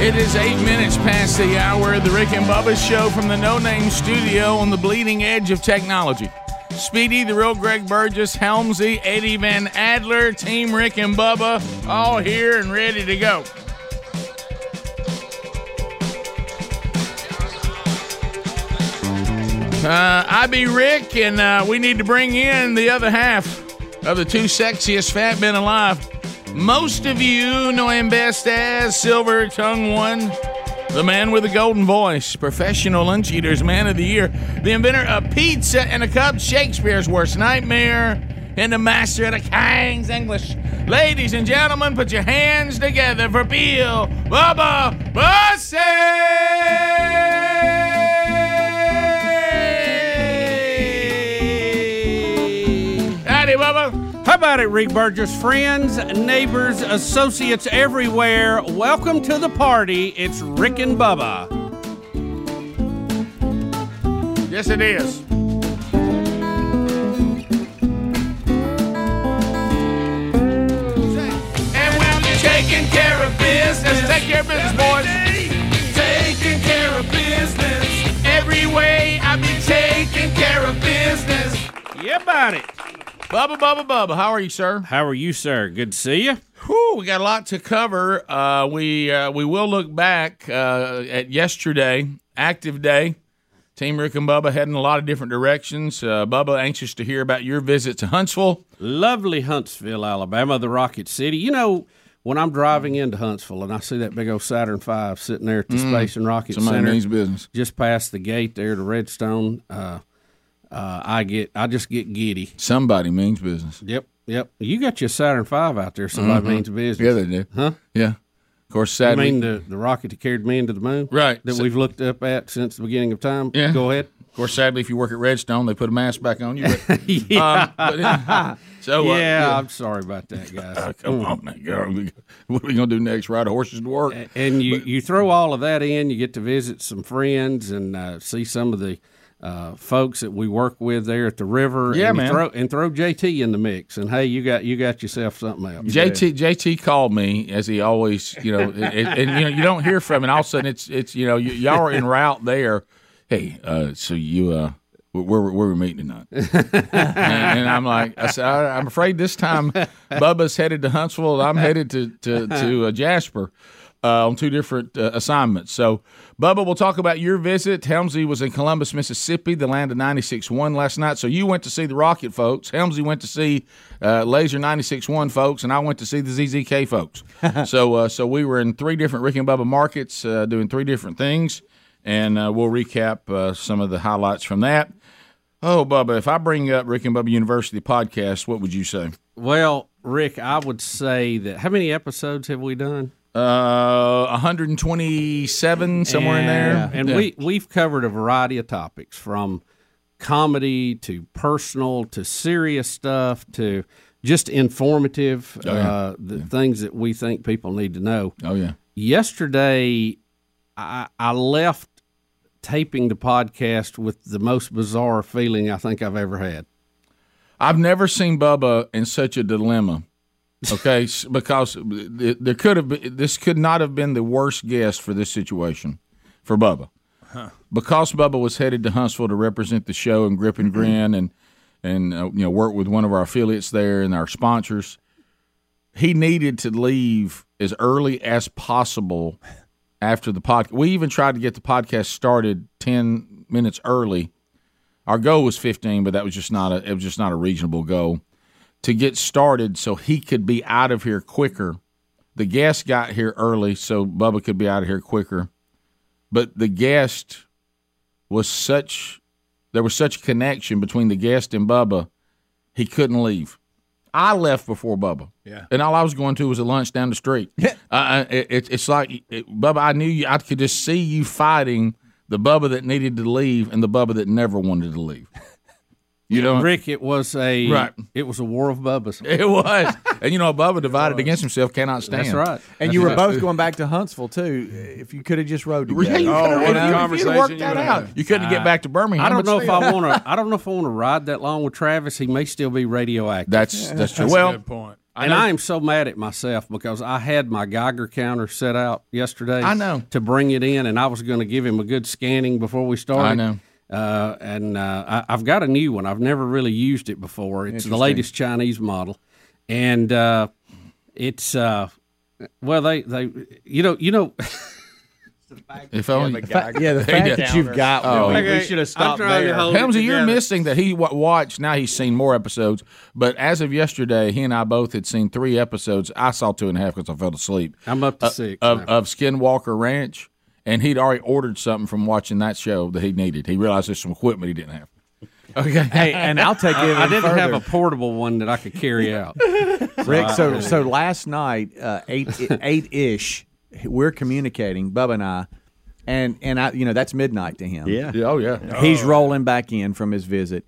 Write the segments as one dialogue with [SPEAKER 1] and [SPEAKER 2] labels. [SPEAKER 1] It is eight minutes past the hour. The Rick and Bubba show from the No Name Studio on the bleeding edge of technology. Speedy, the real Greg Burgess, Helmsy, Eddie Van Adler, Team Rick and Bubba, all here and ready to go. Uh, I be Rick, and uh, we need to bring in the other half of the two sexiest fat men alive. Most of you know him best as Silver Tongue One, the man with the golden voice, professional lunch eaters, man of the year, the inventor of pizza and a cup, Shakespeare's worst nightmare, and the master of the King's English. Ladies and gentlemen, put your hands together for Bill Bubba Bussey! Howdy, Bubba.
[SPEAKER 2] How about it, Rick Burgess? Friends, neighbors, associates everywhere, welcome to the party. It's Rick and Bubba.
[SPEAKER 1] Yes, it is. And when you're taking care of business, take care of business, boys. Taking care of business. Every way I've been taking care of business.
[SPEAKER 2] Yeah, about it.
[SPEAKER 1] Bubba, Bubba, Bubba, how are you, sir?
[SPEAKER 2] How are you, sir? Good to see you.
[SPEAKER 1] Whew, we got a lot to cover. Uh, we uh, we will look back uh, at yesterday, active day. Team Rick and Bubba heading a lot of different directions. Uh, Bubba, anxious to hear about your visit to Huntsville.
[SPEAKER 2] Lovely Huntsville, Alabama, the Rocket City. You know, when I'm driving into Huntsville and I see that big old Saturn V sitting there at the Space and Rocket Center,
[SPEAKER 1] business.
[SPEAKER 2] just past the gate there to Redstone, uh, uh, I get I just get giddy.
[SPEAKER 1] Somebody means business.
[SPEAKER 2] Yep, yep. You got your Saturn Five out there. Somebody
[SPEAKER 1] Mm-hmm.
[SPEAKER 2] means business.
[SPEAKER 1] they do.
[SPEAKER 2] Huh?
[SPEAKER 1] Yeah. Of course,
[SPEAKER 2] I
[SPEAKER 1] sadly.
[SPEAKER 2] mean the, the rocket that carried me into the moon,
[SPEAKER 1] Right.
[SPEAKER 2] That
[SPEAKER 1] So-
[SPEAKER 2] we've looked up at since the beginning of time.
[SPEAKER 1] Yeah.
[SPEAKER 2] Go ahead.
[SPEAKER 1] of course, sadly, if you work at Redstone, they put a mask back on you. But, um, but, yeah. so uh,
[SPEAKER 2] yeah, I'm sorry about that, guys.
[SPEAKER 1] Come on, now, girl. What are we gonna do next? Ride horses to work?
[SPEAKER 2] and you, you throw all of that in, you get to visit some friends and uh, see some of the uh, folks that we work with there at the river.
[SPEAKER 1] Yeah,
[SPEAKER 2] and you
[SPEAKER 1] man.
[SPEAKER 2] Throw, and throw JT in the mix, and hey, you got you got yourself something else.
[SPEAKER 1] JT JT called me as he always, you know, and, and, you know you don't hear from him. And all of a sudden, it's it's you know y- y'all are en route there. Hey, uh, so you uh, where where where we meeting tonight? and, and I'm like, I said, I, I'm afraid this time Bubba's headed to Huntsville. and I'm headed to to to uh, Jasper. Uh, on two different uh, assignments. So, Bubba, we'll talk about your visit. Helmsy was in Columbus, Mississippi, the land of 96.1 last night. So, you went to see the Rocket folks. Helmsy went to see uh, Laser 96.1 folks, and I went to see the ZZK folks. so, uh, so we were in three different Rick and Bubba markets uh, doing three different things, and uh, we'll recap uh, some of the highlights from that. Oh, Bubba, if I bring up Rick and Bubba University podcast, what would you say?
[SPEAKER 2] Well, Rick, I would say that how many episodes have we done?
[SPEAKER 1] Uh, 127, somewhere in there.
[SPEAKER 2] And
[SPEAKER 1] Yeah.
[SPEAKER 2] we we've covered a variety of topics from comedy to personal to serious stuff to just informative uh, the things that we think people need to know.
[SPEAKER 1] Oh, yeah.
[SPEAKER 2] yesterday I, I left taping the podcast with the most bizarre feeling I think I've ever had.
[SPEAKER 1] I've never seen Bubba in such a dilemma. Okay, s- because th- there could have been, this could not have been the worst guest for this situation for Bubba, because Bubba was headed to Huntsville to represent the show and grip and grin and and uh, you know work with one of our affiliates there and our sponsors. He needed to leave as early as possible after the podcast. We even tried to get the podcast started ten minutes early Our goal was 15, but that was just not a it was just not a reasonable goal to get started so he could be out of here quicker. The guest got here early so Bubba could be out of here quicker. But the guest was such there was such a connection between the guest and Bubba, he couldn't leave. I left before Bubba.
[SPEAKER 3] Yeah.
[SPEAKER 1] And all I was going to was a lunch down the street. Yeah. Uh, it, it, it's like, it, Bubba, I knew you, I could just see you fighting the Bubba that needed to leave and the Bubba that never wanted to leave. You know,
[SPEAKER 2] Rick, it was a
[SPEAKER 1] Right.
[SPEAKER 2] it was a war of bubbas.
[SPEAKER 1] it was. And you know, Bubba divided against himself cannot stand.
[SPEAKER 2] That's right.
[SPEAKER 3] And you were both going back to Huntsville too. If you could have just rode
[SPEAKER 1] Yeah,
[SPEAKER 3] together.
[SPEAKER 1] you
[SPEAKER 4] Oh,
[SPEAKER 1] could've-
[SPEAKER 4] what a
[SPEAKER 1] if you'd
[SPEAKER 4] conversation
[SPEAKER 1] worked
[SPEAKER 4] you
[SPEAKER 1] that
[SPEAKER 4] would've
[SPEAKER 1] out.
[SPEAKER 4] had.
[SPEAKER 1] You couldn't get back to Birmingham.
[SPEAKER 2] I don't
[SPEAKER 1] but
[SPEAKER 2] know if
[SPEAKER 1] still.
[SPEAKER 2] I want to. I don't know if I want to ride that long with Travis. He may still be radioactive.
[SPEAKER 1] That's that's true.
[SPEAKER 4] Well,
[SPEAKER 1] well,
[SPEAKER 4] good point.
[SPEAKER 1] I
[SPEAKER 2] and
[SPEAKER 1] know-
[SPEAKER 2] I am so mad at myself because I had my Geiger counter set out yesterday.
[SPEAKER 1] I know.
[SPEAKER 2] to bring it in, and I was going to give him a good scanning before we started.
[SPEAKER 1] I know.
[SPEAKER 2] Uh, and uh, I, I've got a new one. I've never really used it before. It's the latest Chinese model, and uh, it's uh, well, they they you know you know.
[SPEAKER 1] if only
[SPEAKER 2] Oh.
[SPEAKER 3] Fa- yeah, the fact that you've got
[SPEAKER 1] Oh.
[SPEAKER 3] one.
[SPEAKER 4] We should have stopped
[SPEAKER 2] trying to
[SPEAKER 4] there.
[SPEAKER 2] hold-
[SPEAKER 1] Helmsy, you're
[SPEAKER 2] together.
[SPEAKER 1] missing that he wa- watched. Now he's seen more episodes, but as of yesterday, he and I both had seen three episodes. I saw two and a half because I fell asleep. Uh,
[SPEAKER 2] I'm up to six.
[SPEAKER 1] of,
[SPEAKER 2] now.
[SPEAKER 1] of Skinwalker Ranch, and he'd already ordered something from watching that show that he needed. He realized there's some equipment he didn't have. Okay,
[SPEAKER 3] Hey, and I'll take it. even
[SPEAKER 2] I didn't
[SPEAKER 3] further.
[SPEAKER 2] have a portable one that I could carry out.
[SPEAKER 3] Rick, so so last night, uh, eight eight ish, we're communicating, Bubba and I, and and I, you know, that's midnight to him.
[SPEAKER 1] Yeah, oh yeah.
[SPEAKER 3] he's rolling back in from his visit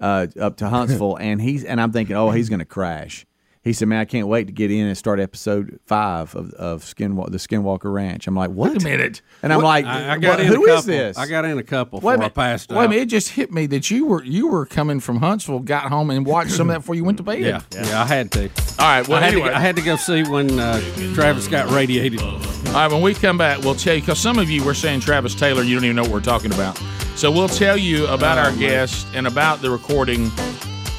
[SPEAKER 3] uh, up to Huntsville, and he's and I'm thinking, oh, he's going to crash. He said, man, I can't wait to get in and start episode five of of Skinwalk the Skinwalker Ranch. I'm like, what?
[SPEAKER 1] Wait a minute.
[SPEAKER 3] And I'm like,
[SPEAKER 2] I, I got
[SPEAKER 3] "What-
[SPEAKER 2] in a
[SPEAKER 3] who
[SPEAKER 2] couple.
[SPEAKER 3] is this?
[SPEAKER 2] I got in a couple
[SPEAKER 1] Wait a
[SPEAKER 2] before I
[SPEAKER 1] minute.
[SPEAKER 2] passed
[SPEAKER 1] Wait a
[SPEAKER 2] out.
[SPEAKER 1] minute. It just hit me that you were you were coming from Huntsville, got home and watched some of that before you went to bed.
[SPEAKER 2] Yeah, yeah, I had to.
[SPEAKER 1] All right. Well,
[SPEAKER 2] I, had
[SPEAKER 1] anyway.
[SPEAKER 2] to I had to go see when uh, Travis got radiated.
[SPEAKER 1] All right, when we come back, we'll tell you because some of you were saying Travis Taylor, you don't even know what we're talking about. So we'll tell you about our guest and about the recording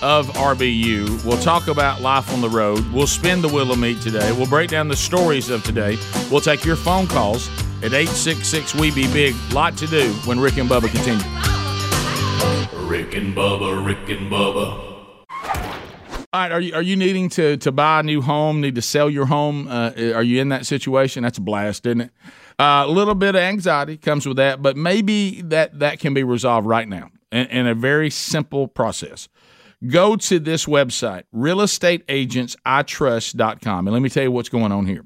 [SPEAKER 1] of RBU. We'll talk about life on the road. We'll spin the wheel of meat today. We'll break down the stories of today. We'll take your phone calls at 866 We Be Big. Lot to do when Rick and Bubba continue.
[SPEAKER 5] Rick and Bubba, Rick and Bubba.
[SPEAKER 1] All right, are you are you needing to to buy a new home? Need to sell your home? Uh, are you in that situation? That's a blast, isn't it? Uh, A little bit of anxiety comes with that, but maybe that that can be resolved right now in, in a very simple process. Go to this website, realestateagentsitrust.com, and let me tell you what's going on here.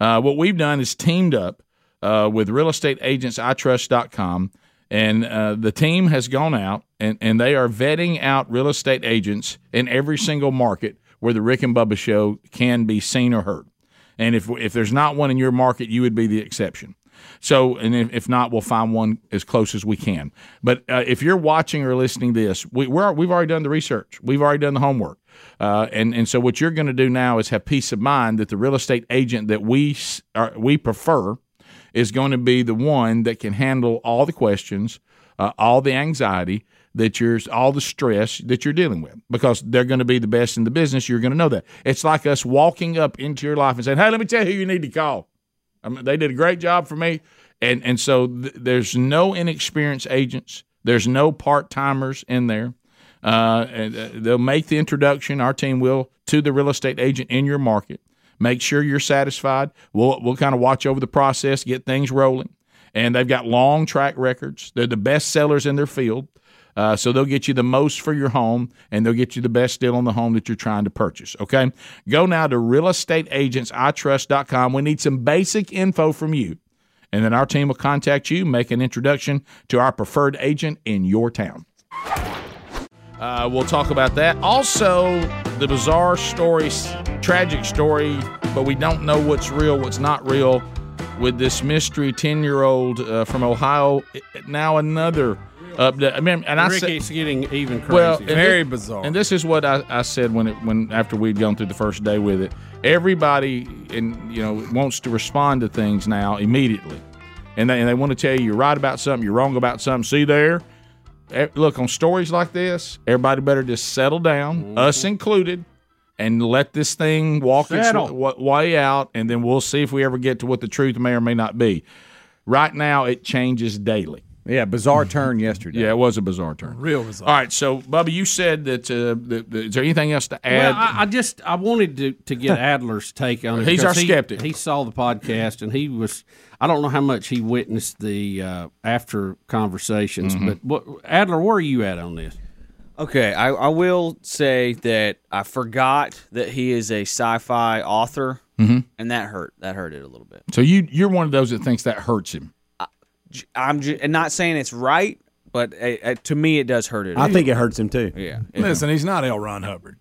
[SPEAKER 1] Uh, what we've done is teamed up uh, with realestateagentsitrust.com, and uh, the team has gone out and, and they are vetting out real estate agents in every single market where the Rick and Bubba show can be seen or heard. And if, if there's not one in your market, you would be the exception. So, and if, if not, we'll find one as close as we can. But uh, if you're watching or listening to this, we, we're, we've already done the research, we've already done the homework. Uh, and, and so, what you're going to do now is have peace of mind that the real estate agent that we, s- are, we prefer is going to be the one that can handle all the questions, uh, all the anxiety that you're, all the stress that you're dealing with, because they're going to be the best in the business. You're going to know that. It's like us walking up into your life and saying, "Hey, let me tell you who you need to call." I mean, they did a great job for me, and and so th- there's no inexperienced agents. There's no part timers in there. Uh, and uh, they'll make the introduction. Our team will to the real estate agent in your market. Make sure you're satisfied. We'll we'll kind of watch over the process, get things rolling, and they've got long track records. They're the best sellers in their field. Uh, so they'll get you the most for your home, and they'll get you the best deal on the home that you're trying to purchase. Okay, go now to realestateagentsitrust.com. We need some basic info from you, and then our team will contact you, make an introduction to our preferred agent in your town. Uh, we'll talk about that. Also, the bizarre story, s- tragic story, but we don't know what's real, what's not real, with this mystery ten-year-old uh, from Ohio. I- Now another update. I mean, and I
[SPEAKER 2] Rick,
[SPEAKER 1] said,
[SPEAKER 2] it's getting even crazier.
[SPEAKER 1] well, and
[SPEAKER 4] Very
[SPEAKER 1] thi-
[SPEAKER 4] bizarre.
[SPEAKER 1] And this is what I, I said when it when after we'd gone through the first day with it. Everybody and you know wants to respond to things now immediately, and they and they want to tell you you're right about something, you're wrong about something. See there. Eh, Look on stories like this, everybody better just settle down,
[SPEAKER 4] Mm-hmm.
[SPEAKER 1] us included, and let this thing walk
[SPEAKER 2] Settle.
[SPEAKER 1] its wa- wa- way out, and then we'll see if we ever get to what the truth may or may not be. Right now, it changes daily.
[SPEAKER 3] Yeah, bizarre turn yesterday.
[SPEAKER 1] Mm-hmm. Yeah, it was a bizarre turn.
[SPEAKER 4] Real bizarre.
[SPEAKER 1] All right, so Bubba, you said that. Uh, that, that is there anything else to add?
[SPEAKER 2] Well, I, I just I wanted to, to get Adler's take on it.
[SPEAKER 1] He's our
[SPEAKER 2] because he-
[SPEAKER 1] skeptic.
[SPEAKER 2] He, saw the podcast and he was. I don't know how much he witnessed the uh, after conversations, but what, Adler, where are you at on this?
[SPEAKER 6] Okay, I, I will say that I forgot that he is a sci-fi author,
[SPEAKER 3] Mm-hmm.
[SPEAKER 6] and that hurt. That hurt it a little bit.
[SPEAKER 1] so you you're one of those that thinks that hurts him.
[SPEAKER 6] J- I'm ju- and not saying it's right, but uh, uh, to me it does hurt it.
[SPEAKER 3] I think it hurts him too.
[SPEAKER 6] yeah.
[SPEAKER 4] Listen, he's not L. Ron Hubbard.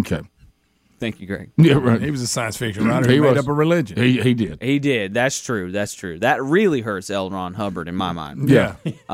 [SPEAKER 1] Okay.
[SPEAKER 6] Thank you, Greg.
[SPEAKER 1] Yeah, right.
[SPEAKER 4] He was a science fiction writer.
[SPEAKER 1] He
[SPEAKER 4] He, made
[SPEAKER 1] was.
[SPEAKER 4] up a religion.
[SPEAKER 1] He, he did.
[SPEAKER 6] He did. That's true. That's true. That really hurts L. Ron Hubbard in my mind.
[SPEAKER 1] Yeah.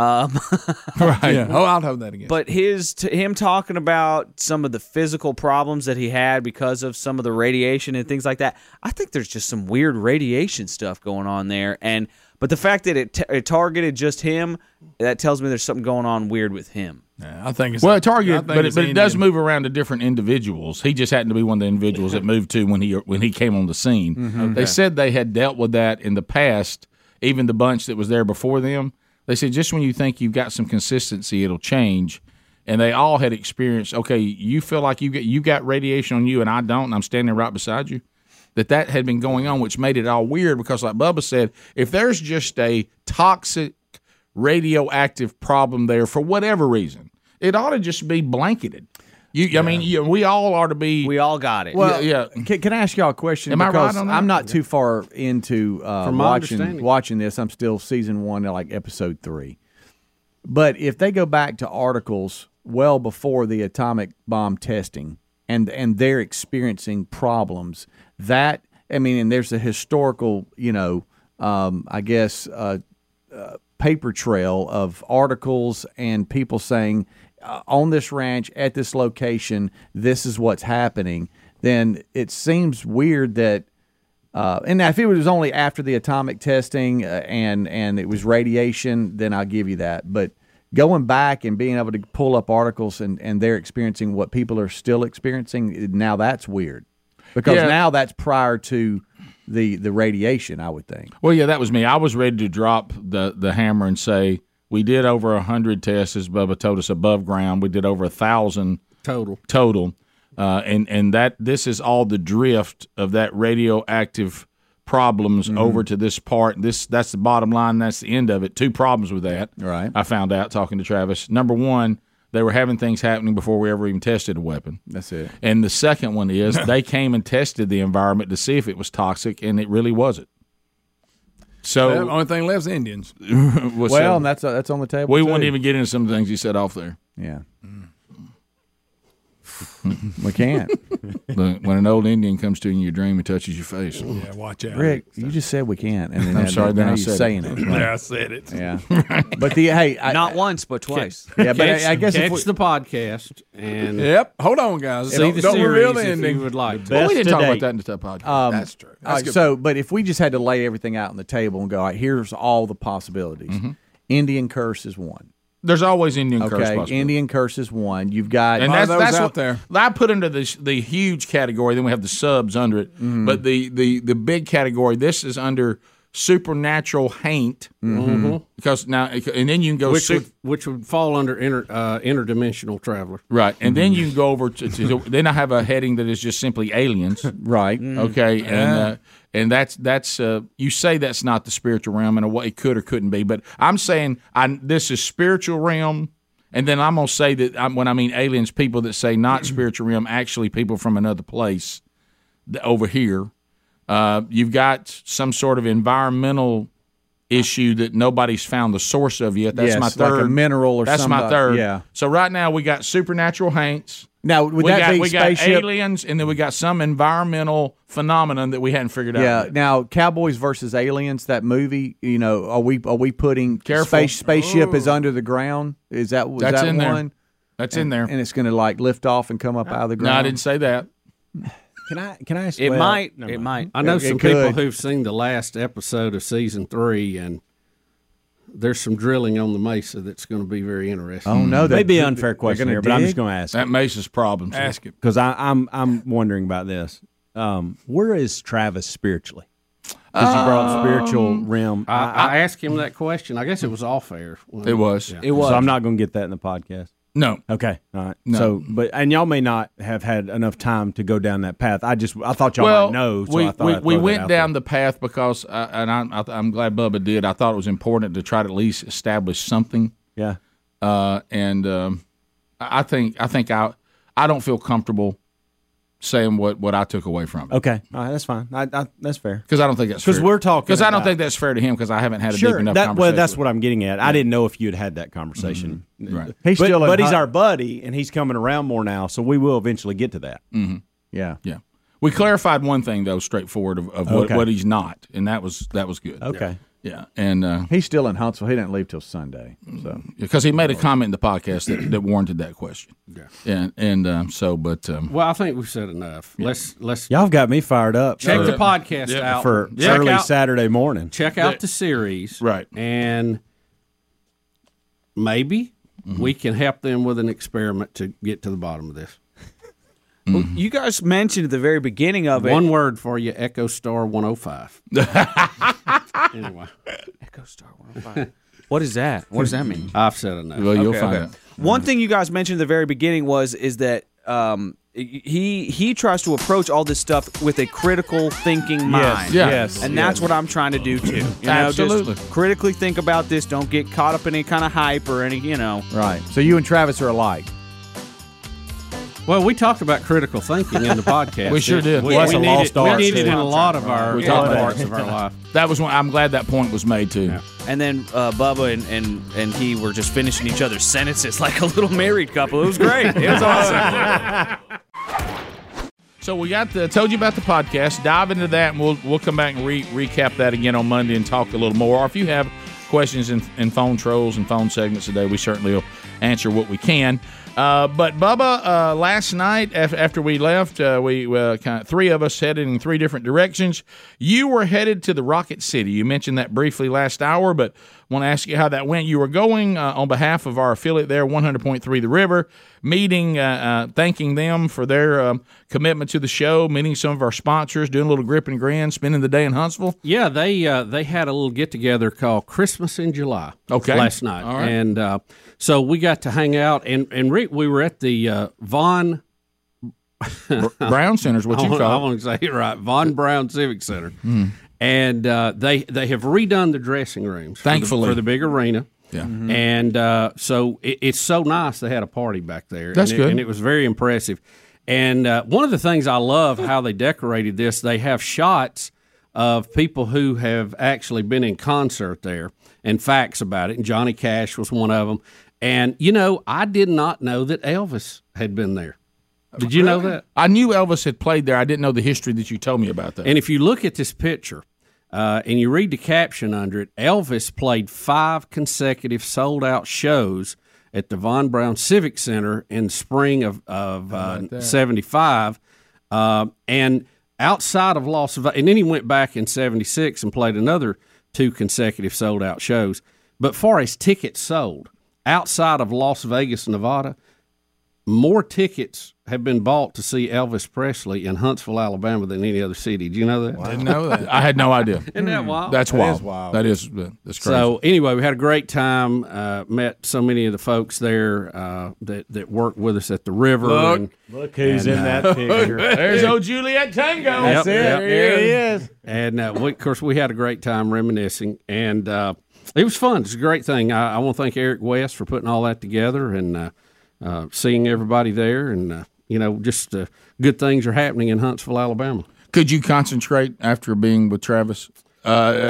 [SPEAKER 1] right.
[SPEAKER 4] Yeah. Oh, I'll have that again.
[SPEAKER 6] But his to him talking about some of the physical problems that he had because of some of the radiation and things like that. I think there's just some weird radiation stuff going on there, and but the fact that it, t- it targeted just him, that tells me there's something going on weird with him.
[SPEAKER 4] Yeah, I think it's
[SPEAKER 1] Well,
[SPEAKER 4] I
[SPEAKER 1] it targeted,
[SPEAKER 4] think
[SPEAKER 1] but it,
[SPEAKER 4] it's
[SPEAKER 1] but it does
[SPEAKER 4] Indian.
[SPEAKER 1] move around to different individuals. He just happened to be one of the individuals that moved to when he when he came on the scene.
[SPEAKER 4] Mm-hmm.
[SPEAKER 1] They said they had dealt with that in the past. Even the bunch that was there before them, they said just when you think you've got some consistency, it'll change. And they all had experienced. Okay, you feel like you get you got radiation on you, and I don't. And I'm standing right beside you. That that had been going on, which made it all weird. Because like Bubba said, if there's just a toxic radioactive problem there for whatever reason. It ought to just be blanketed. You, I mean, you, we all are to be.
[SPEAKER 6] We all got it.
[SPEAKER 3] Well,
[SPEAKER 1] Yeah,
[SPEAKER 3] yeah.
[SPEAKER 1] yeah.
[SPEAKER 3] Can, can I ask y'all a question?
[SPEAKER 1] Am I right
[SPEAKER 3] Because
[SPEAKER 1] on that?
[SPEAKER 3] I'm not too far into uh,
[SPEAKER 2] From my
[SPEAKER 3] watching
[SPEAKER 2] understanding.
[SPEAKER 3] watching this. I'm still season one, like episode three. But if they go back to articles well before the atomic bomb testing, and and they're experiencing problems, that I mean, and there's a historical, you know, um, I guess uh, paper trail of articles and people saying uh, on this ranch at this location this is what's happening then it seems weird that uh, and if it was only after the atomic testing uh, and and it was radiation then i'll give you that but going back and being able to pull up articles and and they're experiencing what people are still experiencing now that's weird because
[SPEAKER 1] Yeah.
[SPEAKER 3] now that's prior to the the radiation i would think
[SPEAKER 1] Well, yeah, that was me. I was ready to drop the the hammer and say we did over a hundred tests, as Bubba told us, above ground. We did over a thousand
[SPEAKER 2] Total.
[SPEAKER 1] total, uh, and and that this is all the drift of that radioactive problems
[SPEAKER 3] Mm-hmm.
[SPEAKER 1] over to this part. This that's the bottom line. That's the end of it. Two problems with that.
[SPEAKER 3] Right.
[SPEAKER 1] I found out talking to Travis. Number one, they were having things happening before we ever even tested a weapon.
[SPEAKER 3] that's it
[SPEAKER 1] And the second one is they came and tested the environment to see if it was toxic, and it really wasn't.
[SPEAKER 4] The
[SPEAKER 1] So, uh,
[SPEAKER 4] only thing left is Indians.
[SPEAKER 1] well, so
[SPEAKER 3] well and that's uh, that's on the table
[SPEAKER 1] we
[SPEAKER 3] too.
[SPEAKER 1] wouldn't even get into some things you said off there.
[SPEAKER 3] Yeah. we can't.
[SPEAKER 1] Look, when an old Indian comes to you in your dream and touches your face,
[SPEAKER 4] Yeah, watch out.
[SPEAKER 3] Rick, you just said we can't, and then
[SPEAKER 1] I'm
[SPEAKER 3] now-
[SPEAKER 1] sorry, then
[SPEAKER 3] now
[SPEAKER 1] I
[SPEAKER 3] you're
[SPEAKER 1] said
[SPEAKER 3] saying it. right?
[SPEAKER 4] Yeah, I said it.
[SPEAKER 3] Yeah, but the hey, I,
[SPEAKER 6] Not once, but twice.
[SPEAKER 3] yeah, but I, I guess
[SPEAKER 2] catch
[SPEAKER 3] if we,
[SPEAKER 2] the podcast and
[SPEAKER 4] Yep. Hold on, guys.
[SPEAKER 2] see
[SPEAKER 4] Don't,
[SPEAKER 2] the
[SPEAKER 4] don't
[SPEAKER 2] series
[SPEAKER 4] reveal the
[SPEAKER 2] if
[SPEAKER 4] ending.
[SPEAKER 2] you would like. To. Um,
[SPEAKER 1] well, we didn't
[SPEAKER 7] Best to
[SPEAKER 1] talk about
[SPEAKER 7] date.
[SPEAKER 1] that in the podcast.
[SPEAKER 4] That's true.
[SPEAKER 3] all
[SPEAKER 4] That's
[SPEAKER 3] right,
[SPEAKER 4] good.
[SPEAKER 3] so, but if we just had to lay everything out on the table and go, all right, here's all the possibilities. Indian curse is one.
[SPEAKER 1] There's always Indian curse
[SPEAKER 3] Okay,
[SPEAKER 1] possible.
[SPEAKER 3] Indian curse is one. You've got
[SPEAKER 1] and
[SPEAKER 4] Are
[SPEAKER 1] that's,
[SPEAKER 4] those
[SPEAKER 1] that's
[SPEAKER 4] out
[SPEAKER 1] what
[SPEAKER 4] there?
[SPEAKER 1] I put under the the huge category. Then we have the subs under it, but the the the big category. This is under supernatural haint because now and then you can go
[SPEAKER 2] Mm. Mm-hmm. Which
[SPEAKER 1] su-
[SPEAKER 2] would, which would fall under inter, uh, interdimensional traveler.
[SPEAKER 1] Right, and then you can go over to, to then I have a heading that is just simply aliens.
[SPEAKER 3] right.
[SPEAKER 1] Okay, and
[SPEAKER 3] Ah.
[SPEAKER 1] uh, and that's that's uh, you say that's not the spiritual realm in a way it could or couldn't be, but I'm saying I this is spiritual realm, and then I'm gonna say that I'm, when I mean aliens, people that say
[SPEAKER 3] Mm.
[SPEAKER 1] not spiritual realm, actually people from another place th- over here. Uh, you've got some sort of environmental issue that nobody's found the source of yet. That's
[SPEAKER 3] Yes,
[SPEAKER 1] my
[SPEAKER 3] like a
[SPEAKER 1] third
[SPEAKER 3] mineral or
[SPEAKER 1] that's my
[SPEAKER 3] somebody-
[SPEAKER 1] third.
[SPEAKER 3] yeah.
[SPEAKER 1] So right now we got supernatural haints.
[SPEAKER 3] Now would
[SPEAKER 1] we
[SPEAKER 3] that
[SPEAKER 1] got,
[SPEAKER 3] be
[SPEAKER 1] we
[SPEAKER 3] spaceship?
[SPEAKER 1] got aliens, and then we got some environmental phenomenon that we hadn't figured out.
[SPEAKER 3] Yeah.
[SPEAKER 1] yet.
[SPEAKER 3] Now, Cowboys versus Aliens, that movie. You know, are we are we putting
[SPEAKER 1] Careful.
[SPEAKER 3] space spaceship is under the ground? Is that is
[SPEAKER 1] That's
[SPEAKER 3] that
[SPEAKER 1] in there.
[SPEAKER 3] one?
[SPEAKER 1] that's in there.
[SPEAKER 3] And it's going to like lift off and come up out of the
[SPEAKER 1] no, I
[SPEAKER 3] ground.
[SPEAKER 1] didn't say that.
[SPEAKER 3] Can I? Can I? Ask,
[SPEAKER 6] It
[SPEAKER 3] well,
[SPEAKER 6] might. It might.
[SPEAKER 2] I know
[SPEAKER 3] It- it
[SPEAKER 2] some people
[SPEAKER 3] could.
[SPEAKER 2] who've seen the last episode of season three, and there's some drilling on the mesa that's going to be very interesting.
[SPEAKER 3] Oh no, they're-
[SPEAKER 7] Maybe unfair question
[SPEAKER 3] gonna
[SPEAKER 7] here, but I'm
[SPEAKER 3] dig?
[SPEAKER 7] just going to ask
[SPEAKER 1] That Mesa's problem. sir.
[SPEAKER 4] Ask him.
[SPEAKER 7] because I'm I'm wondering about this. Um, where is Travis spiritually?
[SPEAKER 3] Because you brought spiritual
[SPEAKER 1] Um,
[SPEAKER 3] realm.
[SPEAKER 2] I, I asked him that question. I guess it was off air.
[SPEAKER 1] It was.
[SPEAKER 3] it was. So I'm not going to get that in the podcast.
[SPEAKER 1] No.
[SPEAKER 3] Okay. All right. So, but and y'all may not have had enough time to go down that path. I just I thought y'all
[SPEAKER 1] well,
[SPEAKER 3] might know. So
[SPEAKER 1] we,
[SPEAKER 3] I thought
[SPEAKER 1] we,
[SPEAKER 3] I'd
[SPEAKER 1] we
[SPEAKER 3] throw that
[SPEAKER 1] went
[SPEAKER 3] out
[SPEAKER 1] down
[SPEAKER 3] there.
[SPEAKER 1] the path because, uh, and I'm, I, I'm glad Bubba did. I thought it was important to try to at least establish something.
[SPEAKER 3] Yeah.
[SPEAKER 1] Uh, and um, I I think I think I I don't feel comfortable saying what, what I took away from it
[SPEAKER 3] Okay. All right. That's fine. I, I, that's fair.
[SPEAKER 1] because I don't think that's
[SPEAKER 3] 'Cause
[SPEAKER 1] fair.
[SPEAKER 3] we're talking
[SPEAKER 1] because I don't
[SPEAKER 3] about-
[SPEAKER 1] think that's fair to him because I haven't had a deep
[SPEAKER 3] Sure.
[SPEAKER 1] enough
[SPEAKER 3] That, well,
[SPEAKER 1] conversation.
[SPEAKER 3] that's what I'm getting at. I didn't know if you had had that conversation.
[SPEAKER 1] Right.
[SPEAKER 3] He's but,
[SPEAKER 7] still in
[SPEAKER 3] but he's
[SPEAKER 7] hot-
[SPEAKER 3] our buddy, and he's coming around more now. So we will eventually get to that. Mm-hmm. Yeah.
[SPEAKER 1] yeah. We clarified one thing though, straightforward of, of what,
[SPEAKER 3] Okay.
[SPEAKER 1] what he's not, and that was that was good.
[SPEAKER 3] Okay.
[SPEAKER 1] Yeah, and uh,
[SPEAKER 3] He's still in Huntsville. He didn't leave till Sunday. So
[SPEAKER 1] because he made a comment in the podcast that, that warranted that question. Yeah, and and um, so, but um,
[SPEAKER 2] Well, I think we've said enough. Let's let's
[SPEAKER 3] y'all have got me fired up
[SPEAKER 2] check
[SPEAKER 3] for,
[SPEAKER 2] the podcast out
[SPEAKER 3] for
[SPEAKER 2] check
[SPEAKER 3] early
[SPEAKER 2] out,
[SPEAKER 3] Saturday morning.
[SPEAKER 2] check out the series,
[SPEAKER 1] Right.
[SPEAKER 2] And maybe
[SPEAKER 3] Mm-hmm.
[SPEAKER 2] we can help them with an experiment to get to the bottom of this.
[SPEAKER 6] You guys mentioned at the very beginning of it.
[SPEAKER 2] One word for you: Echo Star One Hundred Five. anyway,
[SPEAKER 6] Echo Star 105. what is that? What does that mean?
[SPEAKER 2] I've said enough.
[SPEAKER 1] well, you'll find out.
[SPEAKER 6] One thing you guys mentioned at the very beginning was is that um, he he tries to approach all this stuff with a critical thinking mind.
[SPEAKER 1] Yeah.
[SPEAKER 3] Yes.
[SPEAKER 6] And that's what I'm trying to do too. You know, just
[SPEAKER 1] Absolutely.
[SPEAKER 6] critically think about this. Don't get caught up in any kind of hype or any, you know.
[SPEAKER 3] Right. So you and Travis are alike.
[SPEAKER 2] Well, we talked about critical thinking in the podcast.
[SPEAKER 1] We sure did.
[SPEAKER 2] We,
[SPEAKER 1] Well,
[SPEAKER 2] we
[SPEAKER 1] that's a
[SPEAKER 2] need
[SPEAKER 1] lost
[SPEAKER 2] it, we
[SPEAKER 3] art,
[SPEAKER 2] need it
[SPEAKER 3] too.
[SPEAKER 2] in a lot of our
[SPEAKER 1] We talked
[SPEAKER 2] other
[SPEAKER 1] about
[SPEAKER 2] parts of our life.
[SPEAKER 1] That was one. I'm glad that point was made too.
[SPEAKER 6] And then uh, Bubba and, and and he were just finishing each other's sentences like a little married couple. It was great. It was awesome.
[SPEAKER 1] So we got the told you about the podcast. Dive into that, and we'll we'll come back and re- recap that again on Monday and talk a little more. Or if you have questions and, and phone trolls and phone segments today, we certainly will answer what we can. Uh, but Bubba, uh, last night af- after we left, uh, we uh, kind of three of us headed in three different directions. You were headed to the Rocket City. You mentioned that briefly last hour, but want to ask you how that went. You were going uh, on behalf of our affiliate there, 100.3 The River, meeting, uh, uh, thanking them for their um, commitment to the show, meeting some of our sponsors, doing a little grip and grin, spending the day in Huntsville.
[SPEAKER 2] Yeah, they uh, they had a little get together called Christmas in July.
[SPEAKER 1] Okay.
[SPEAKER 2] last night,
[SPEAKER 1] All right.
[SPEAKER 2] and uh, so we got to hang out, and and re- we were at the uh, Von.
[SPEAKER 1] Brown Center's what
[SPEAKER 2] I
[SPEAKER 1] you
[SPEAKER 2] want, I
[SPEAKER 1] call. Hmm. it.
[SPEAKER 2] want to say it right, Von Brown Civic Center, and uh, they they have redone the dressing rooms, for the-
[SPEAKER 1] Thankfully.
[SPEAKER 2] for the big arena.
[SPEAKER 1] Yeah. Mm-hmm.
[SPEAKER 2] And uh, so it, it's so nice they had a party back there.
[SPEAKER 1] That's
[SPEAKER 2] and it,
[SPEAKER 1] good.
[SPEAKER 2] And it was very impressive. And uh, one of the things I love how they decorated this, they have shots of people who have actually been in concert there and facts about it. And Johnny Cash was one of them. And, you know, I did not know that Elvis had been there. Did you know that?
[SPEAKER 1] I knew Elvis had played there. I didn't know the history that you told me about that.
[SPEAKER 2] And if you look at this picture uh, and you read the caption under it, Elvis played five consecutive sold out shows at the Von Brown Civic Center in spring of, of uh, 75. Uh, and outside of Las Vegas, and then he went back in 76 and played another two consecutive sold out shows. But far as tickets sold outside of Las Vegas, Nevada, more tickets have been bought to see Elvis Presley in Huntsville, Alabama than any other city. Do you know that?
[SPEAKER 1] I didn't know that. I had no idea.
[SPEAKER 2] Isn't that wild?
[SPEAKER 1] That's wild. That is that's crazy.
[SPEAKER 2] so anyway, we had a great time. Uh, met so many of the folks there uh, that that worked with us at the river. and, uh,
[SPEAKER 3] Look who's in that picture.
[SPEAKER 1] There's old Juliet Tango.
[SPEAKER 2] That's Yep, it. yep.
[SPEAKER 3] There he is.
[SPEAKER 2] and uh, we, of course, we had a great time reminiscing, and uh, it was fun. It's a great thing. I, I want to thank Eric West for putting all that together and uh, uh, seeing everybody there, and uh, you know, just uh, good things are happening in Huntsville, Alabama.
[SPEAKER 1] Could you concentrate after being with Travis? Uh,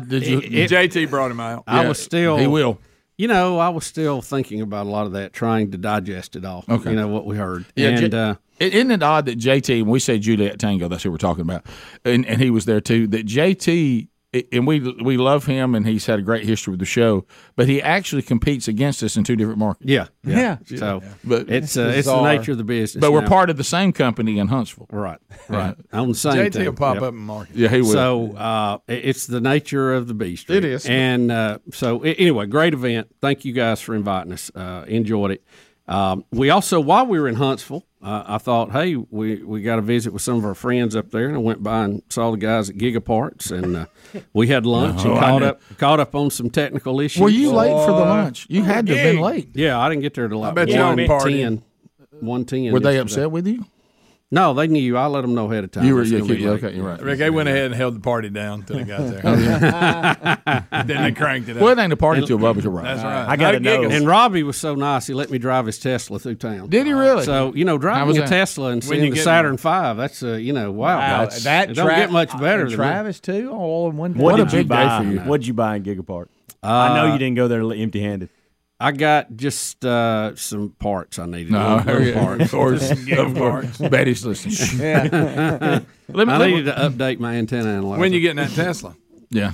[SPEAKER 1] did, did you?
[SPEAKER 4] JT brought him out.
[SPEAKER 2] I was still
[SPEAKER 1] he will.
[SPEAKER 2] You know, I was still thinking about a lot of that, trying to digest it all. You know what we heard,
[SPEAKER 1] Yeah,
[SPEAKER 2] and
[SPEAKER 1] J-
[SPEAKER 2] uh,
[SPEAKER 1] it- isn't it odd that JT, when we say Juliet Tango, that's who we're talking about, and, and he was there too, that JT, and we we love him and he's had a great history with the show, but he actually competes against us in two different markets.
[SPEAKER 2] yeah, yeah. So
[SPEAKER 1] But,
[SPEAKER 2] it's uh, it's the nature of the business.
[SPEAKER 1] but we're
[SPEAKER 2] now.
[SPEAKER 1] part of the same company in Huntsville.
[SPEAKER 2] right, right on the same
[SPEAKER 4] JT
[SPEAKER 2] thing.
[SPEAKER 4] will pop
[SPEAKER 2] Yep.
[SPEAKER 4] up and market.
[SPEAKER 1] Yeah, he will.
[SPEAKER 2] So uh, it- it's the nature of the beast. It
[SPEAKER 4] is.
[SPEAKER 2] and uh, so a- anyway, great event. Thank you guys for inviting us. Uh, enjoyed it. Um, we also, while we were in Huntsville, uh, I thought, hey, we, we got a visit with some of our friends up there, and I went by and saw the guys at Gigaparts, and uh, we had lunch and caught up caught up on some technical issues.
[SPEAKER 1] Were you late for the lunch? You had to have been late.
[SPEAKER 2] Yeah, I didn't get there till like
[SPEAKER 4] bet you all
[SPEAKER 2] 1:10, 1:10
[SPEAKER 1] Were they
[SPEAKER 2] yesterday.
[SPEAKER 1] upset with you?
[SPEAKER 2] No, they knew. I let them know ahead of time.
[SPEAKER 1] You were
[SPEAKER 2] It's
[SPEAKER 1] yeah,
[SPEAKER 2] gonna be
[SPEAKER 1] yeah,
[SPEAKER 2] late.
[SPEAKER 1] okay. You're right.
[SPEAKER 4] Rick, they went ahead and held the party down until they got
[SPEAKER 2] Oh,
[SPEAKER 4] there. then they cranked it up.
[SPEAKER 1] Well, it ain't a party till Bubba's arrived.
[SPEAKER 4] That's right.
[SPEAKER 3] I gotta
[SPEAKER 4] Not a giggle.
[SPEAKER 3] know.
[SPEAKER 2] And Robbie was so nice; he let me drive his Tesla through town.
[SPEAKER 1] Did he really?
[SPEAKER 2] So you know,
[SPEAKER 1] How was
[SPEAKER 2] driving a
[SPEAKER 1] that?
[SPEAKER 2] Tesla and seeing
[SPEAKER 4] you
[SPEAKER 2] the
[SPEAKER 4] get-
[SPEAKER 2] Saturn Five, that's uh, you know, wow, that's,
[SPEAKER 3] that
[SPEAKER 2] it don't
[SPEAKER 3] Tra-
[SPEAKER 2] get much better.
[SPEAKER 3] and
[SPEAKER 2] than that.
[SPEAKER 3] Travis too, all in one.
[SPEAKER 1] What
[SPEAKER 3] day.
[SPEAKER 1] a big day for you.
[SPEAKER 7] What'd you buy in Giga Park? I know you didn't go there empty handed.
[SPEAKER 2] I got just uh, some parts I needed.
[SPEAKER 1] No,
[SPEAKER 2] Little- little parts.
[SPEAKER 1] of course, of course. Betty's listening. let me,
[SPEAKER 2] I
[SPEAKER 1] let me-
[SPEAKER 2] needed to update my antenna analyzer.
[SPEAKER 4] When you getting that Tesla?
[SPEAKER 1] yeah.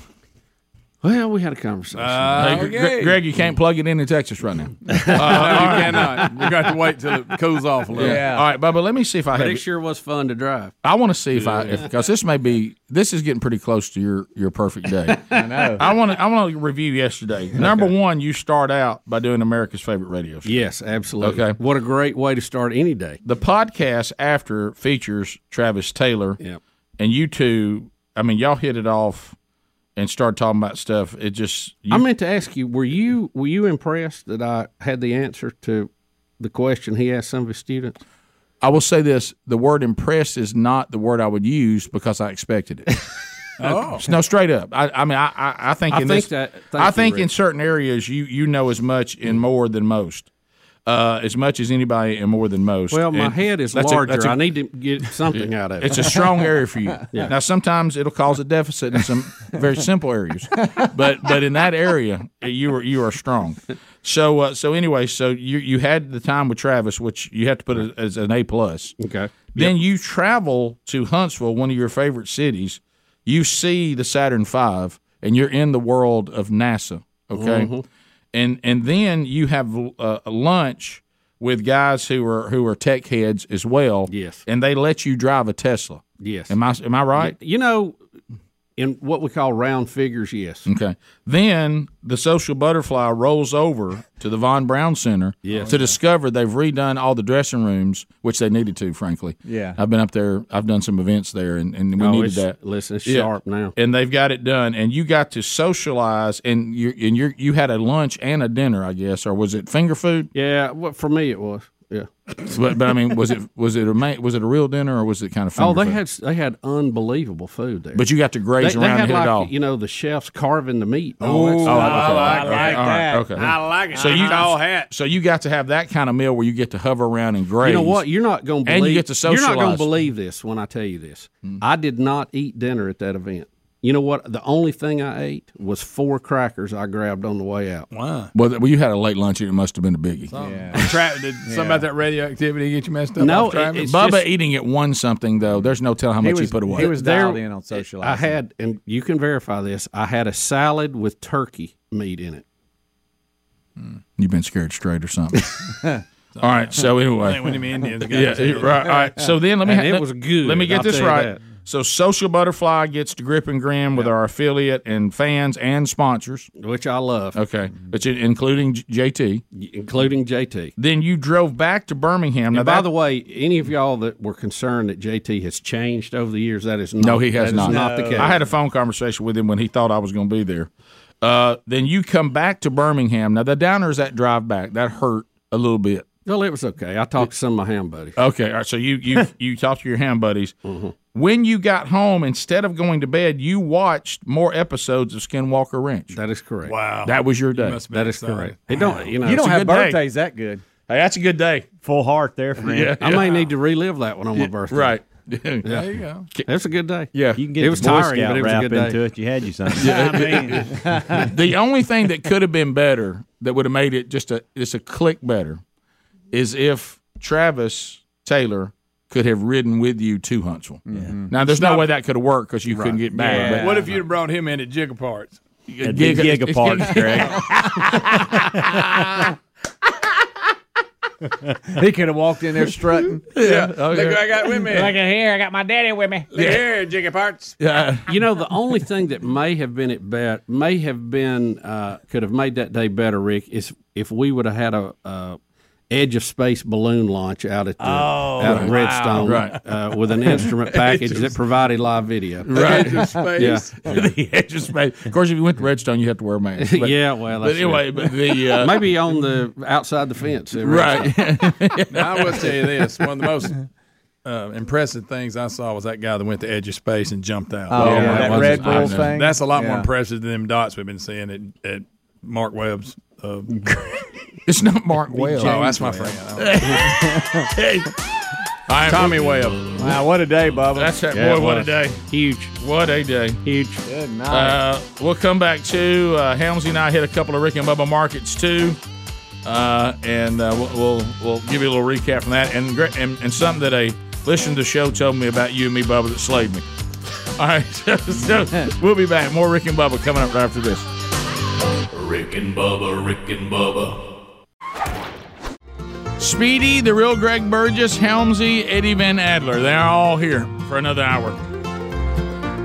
[SPEAKER 2] well, we had a conversation.
[SPEAKER 1] Hey,
[SPEAKER 4] Uh,
[SPEAKER 1] Gre- Gre- Greg, you can't plug it in in Texas right now.
[SPEAKER 4] you cannot. You got to wait till it cools off a little.
[SPEAKER 1] All right, Bubba. Let me see if I
[SPEAKER 2] but
[SPEAKER 1] have.
[SPEAKER 2] it sure was fun to drive.
[SPEAKER 1] I want to see if I because this may be this is getting pretty close to your your perfect day. I know. I want to I want to review yesterday. Number one, you start out by doing America's favorite radio. Show.
[SPEAKER 2] Yes, absolutely.
[SPEAKER 1] Okay.
[SPEAKER 2] What a great way to start any day.
[SPEAKER 1] The podcast after features Travis Taylor.
[SPEAKER 2] Yep.
[SPEAKER 1] And you two, I mean, y'all hit it off and started talking about stuff. It just you,
[SPEAKER 2] I meant to ask you: Were you were you impressed that I had the answer to the question he asked some of his students?
[SPEAKER 1] I will say this: the word "impressed" is not the word I would use because I expected it. oh no, straight up. I, I mean, I, I, I think
[SPEAKER 2] I
[SPEAKER 1] in
[SPEAKER 2] think
[SPEAKER 1] this,
[SPEAKER 2] that- thank
[SPEAKER 1] I
[SPEAKER 2] you,
[SPEAKER 1] think
[SPEAKER 2] Rick. Mm.
[SPEAKER 1] in certain areas you you know as much and more than most, uh, as much as anybody and more than most.
[SPEAKER 2] Well, my
[SPEAKER 1] And
[SPEAKER 2] head is
[SPEAKER 1] that's a-
[SPEAKER 2] larger.
[SPEAKER 1] that's a-
[SPEAKER 2] I need to get something out of it.
[SPEAKER 1] it's a strong area for you. Now, sometimes it'll cause a deficit in some very simple areas, but but in that area, you are you are strong. So uh, so anyway, so you you had the time with Travis, which you have to put a, as an A plus.
[SPEAKER 2] okay.
[SPEAKER 1] Then you travel to Huntsville, one of your favorite cities. You see the Saturn V, and you're in the world of NASA. Okay,
[SPEAKER 2] Mm-hmm.
[SPEAKER 1] and and then you have uh, lunch with guys who are who are tech heads as well.
[SPEAKER 2] Yes.
[SPEAKER 1] and they let you drive a Tesla.
[SPEAKER 2] Yes.
[SPEAKER 1] Am I am I right?
[SPEAKER 2] you know, in what we call round figures, yes.
[SPEAKER 1] Okay. Then the social butterfly rolls over to the Von Brown Center
[SPEAKER 2] Yes.
[SPEAKER 1] to discover they've redone all the dressing rooms, which they needed to, frankly.
[SPEAKER 3] Yeah.
[SPEAKER 1] I've been up there. I've done some events there, and, and we
[SPEAKER 2] Oh,
[SPEAKER 1] needed
[SPEAKER 2] it's-
[SPEAKER 1] that.
[SPEAKER 2] Listen, it's
[SPEAKER 1] Yeah.
[SPEAKER 2] sharp now.
[SPEAKER 1] And they've got it done, and you got to socialize, and you and you you had a lunch and a dinner, I guess, or was it finger food?
[SPEAKER 2] Yeah, well, for me it was. Yeah.
[SPEAKER 1] but, but I mean, was it was it a ma- was it a real dinner or was it kind of finger
[SPEAKER 2] Oh, they
[SPEAKER 1] food?
[SPEAKER 2] had they had unbelievable food there.
[SPEAKER 1] but you got to
[SPEAKER 2] they,
[SPEAKER 1] graze
[SPEAKER 2] they
[SPEAKER 1] around
[SPEAKER 2] had
[SPEAKER 1] and hit
[SPEAKER 2] like
[SPEAKER 1] it all. oh,
[SPEAKER 2] you know the chefs carving the meat. and all that stuff.
[SPEAKER 1] I like that. uh, okay.
[SPEAKER 4] like it.
[SPEAKER 1] So you
[SPEAKER 4] tall hat.
[SPEAKER 1] So you got to have that kind of meal where you get to hover around and graze.
[SPEAKER 2] You know what? You're not going to
[SPEAKER 1] And you
[SPEAKER 2] believe.
[SPEAKER 1] get to
[SPEAKER 2] You're not
[SPEAKER 1] socialize. Mm.
[SPEAKER 2] going to believe this when I tell you this. I did not eat dinner at that event. You know what? The only thing I ate was four crackers I grabbed on the way out.
[SPEAKER 4] Wow.
[SPEAKER 1] Well, th- well, you had a late lunch and it must have been a biggie.
[SPEAKER 4] Tra- did something about that radioactivity get you messed up?
[SPEAKER 2] No,
[SPEAKER 4] off driving?
[SPEAKER 2] it- it's
[SPEAKER 1] Bubba
[SPEAKER 2] just-
[SPEAKER 1] eating at one something though. There's no telling how much he,
[SPEAKER 3] was-
[SPEAKER 1] put away.
[SPEAKER 3] he was
[SPEAKER 2] There-
[SPEAKER 3] dialed in on socializing.
[SPEAKER 2] I had, and you can verify this. I had a salad with turkey meat in it.
[SPEAKER 1] You've been scared straight or something. All right. So anyway,
[SPEAKER 4] when them Indians got
[SPEAKER 1] yeah,
[SPEAKER 4] to you.
[SPEAKER 1] you're right. All right. So then let me.
[SPEAKER 2] And
[SPEAKER 1] ha-
[SPEAKER 2] it
[SPEAKER 1] let-
[SPEAKER 2] was good,
[SPEAKER 1] Let me get
[SPEAKER 2] I'll
[SPEAKER 1] this
[SPEAKER 2] tell you
[SPEAKER 1] right.
[SPEAKER 2] that.
[SPEAKER 1] So Social Butterfly gets to grip and grin with our affiliate and fans and sponsors.
[SPEAKER 2] which I love,
[SPEAKER 1] Okay, but you- including J- JT.
[SPEAKER 2] including JT.
[SPEAKER 1] Then you drove back to Birmingham.
[SPEAKER 2] And by
[SPEAKER 1] that-
[SPEAKER 2] the way, any of y'all that were concerned that JT has changed over the years, that is not,
[SPEAKER 1] No, he has
[SPEAKER 2] that is
[SPEAKER 1] not.
[SPEAKER 2] the case.
[SPEAKER 1] I had a phone conversation with him when he thought I was going to be there. Uh, then you come back to Birmingham. Now the downers that drive back that hurt a little bit.
[SPEAKER 2] well, it was okay. I talked to some of my ham buddies.
[SPEAKER 1] Okay, all right. So you you you talked to your ham buddies. When you got home, instead of going to bed, you watched more episodes of Skinwalker Ranch.
[SPEAKER 2] That is correct.
[SPEAKER 4] Wow.
[SPEAKER 1] That was your day.
[SPEAKER 4] must be
[SPEAKER 2] That is
[SPEAKER 4] exciting.
[SPEAKER 2] correct. It don't, you know,
[SPEAKER 3] You
[SPEAKER 2] it's
[SPEAKER 3] don't
[SPEAKER 2] a
[SPEAKER 3] have
[SPEAKER 2] good day.
[SPEAKER 3] birthdays that good.
[SPEAKER 1] Hey, that's a good day.
[SPEAKER 7] Full heart there, friend. Yeah.
[SPEAKER 2] I may need to relive that one on my birthday.
[SPEAKER 1] Right.
[SPEAKER 4] There you go.
[SPEAKER 2] That's a good day.
[SPEAKER 1] Yeah.
[SPEAKER 7] You can get
[SPEAKER 2] It
[SPEAKER 7] it
[SPEAKER 2] was
[SPEAKER 7] was the Boy
[SPEAKER 2] tiring,
[SPEAKER 7] Scout
[SPEAKER 2] but it was a
[SPEAKER 7] wrap
[SPEAKER 2] good day.
[SPEAKER 7] into it. You had you something. Yeah,
[SPEAKER 1] the only thing that could have been better that would have made it just a just a click better is if Travis Taylor could have ridden with you to Huntsville. Now there's no way that could have worked because you couldn't get back.
[SPEAKER 3] Yeah.
[SPEAKER 4] What if you'd have brought him in at Jigga Parts?
[SPEAKER 1] But
[SPEAKER 7] At the Giga Park, Greg.
[SPEAKER 3] He could have walked in there strutting.
[SPEAKER 1] Yeah. okay.
[SPEAKER 4] Look, I got with me. Look
[SPEAKER 6] here, I got my daddy with me.
[SPEAKER 4] here, Jigga Parts.
[SPEAKER 1] Yeah.
[SPEAKER 2] You know, the only thing that may have been it bet may have been uh, could have made that day better, Rick, is if we would have had a uh, edge of space balloon launch out at the
[SPEAKER 1] Oh,
[SPEAKER 2] out at Redstone
[SPEAKER 1] Right.
[SPEAKER 2] uh, with an instrument package that provided live video.
[SPEAKER 1] Right. The edge of space.
[SPEAKER 2] Yeah.
[SPEAKER 1] the edge of space. Of course, if you went to Redstone, you have to wear a mask. But,
[SPEAKER 2] yeah, well,
[SPEAKER 1] But
[SPEAKER 2] that's
[SPEAKER 1] anyway, but the
[SPEAKER 2] it.
[SPEAKER 1] uh,
[SPEAKER 2] maybe on the outside the fence. every-
[SPEAKER 1] right.
[SPEAKER 4] I will tell you this: one of the most uh, impressive things I saw was that guy that went to edge of space and jumped out.
[SPEAKER 3] Oh,
[SPEAKER 1] Yeah,
[SPEAKER 3] yeah,
[SPEAKER 1] that
[SPEAKER 3] that
[SPEAKER 1] was-
[SPEAKER 3] Red
[SPEAKER 1] I know.
[SPEAKER 3] Bull thing.
[SPEAKER 4] That's a lot more
[SPEAKER 3] Yeah.
[SPEAKER 4] impressive than them dots we've been seeing at, at Mark Webb's. Uh, oh,
[SPEAKER 1] It's not Mark Webb.
[SPEAKER 4] that's my friend.
[SPEAKER 1] I am-
[SPEAKER 4] Tommy Webb.
[SPEAKER 3] Wow, what a day, Bubba.
[SPEAKER 1] That's that
[SPEAKER 2] Yeah,
[SPEAKER 1] boy.
[SPEAKER 2] it
[SPEAKER 1] What a
[SPEAKER 2] was.
[SPEAKER 1] day. Huge. What a day.
[SPEAKER 3] huge. Good night.
[SPEAKER 1] Uh, we'll come back to uh, Helmsy and I hit a couple of Rick and Bubba markets too, uh, and uh, we'll, we'll we'll give you a little recap from that and gre- and, and something that a listened to the show told me about you and me, Bubba, that slayed me. All right, so, so we'll be back. More Rick and Bubba coming up right after this.
[SPEAKER 5] Rick and Bubba, Rick and Bubba,
[SPEAKER 1] Speedy, the real Greg Burgess, Helmsy, Eddie Van Adler. They're all here for another hour.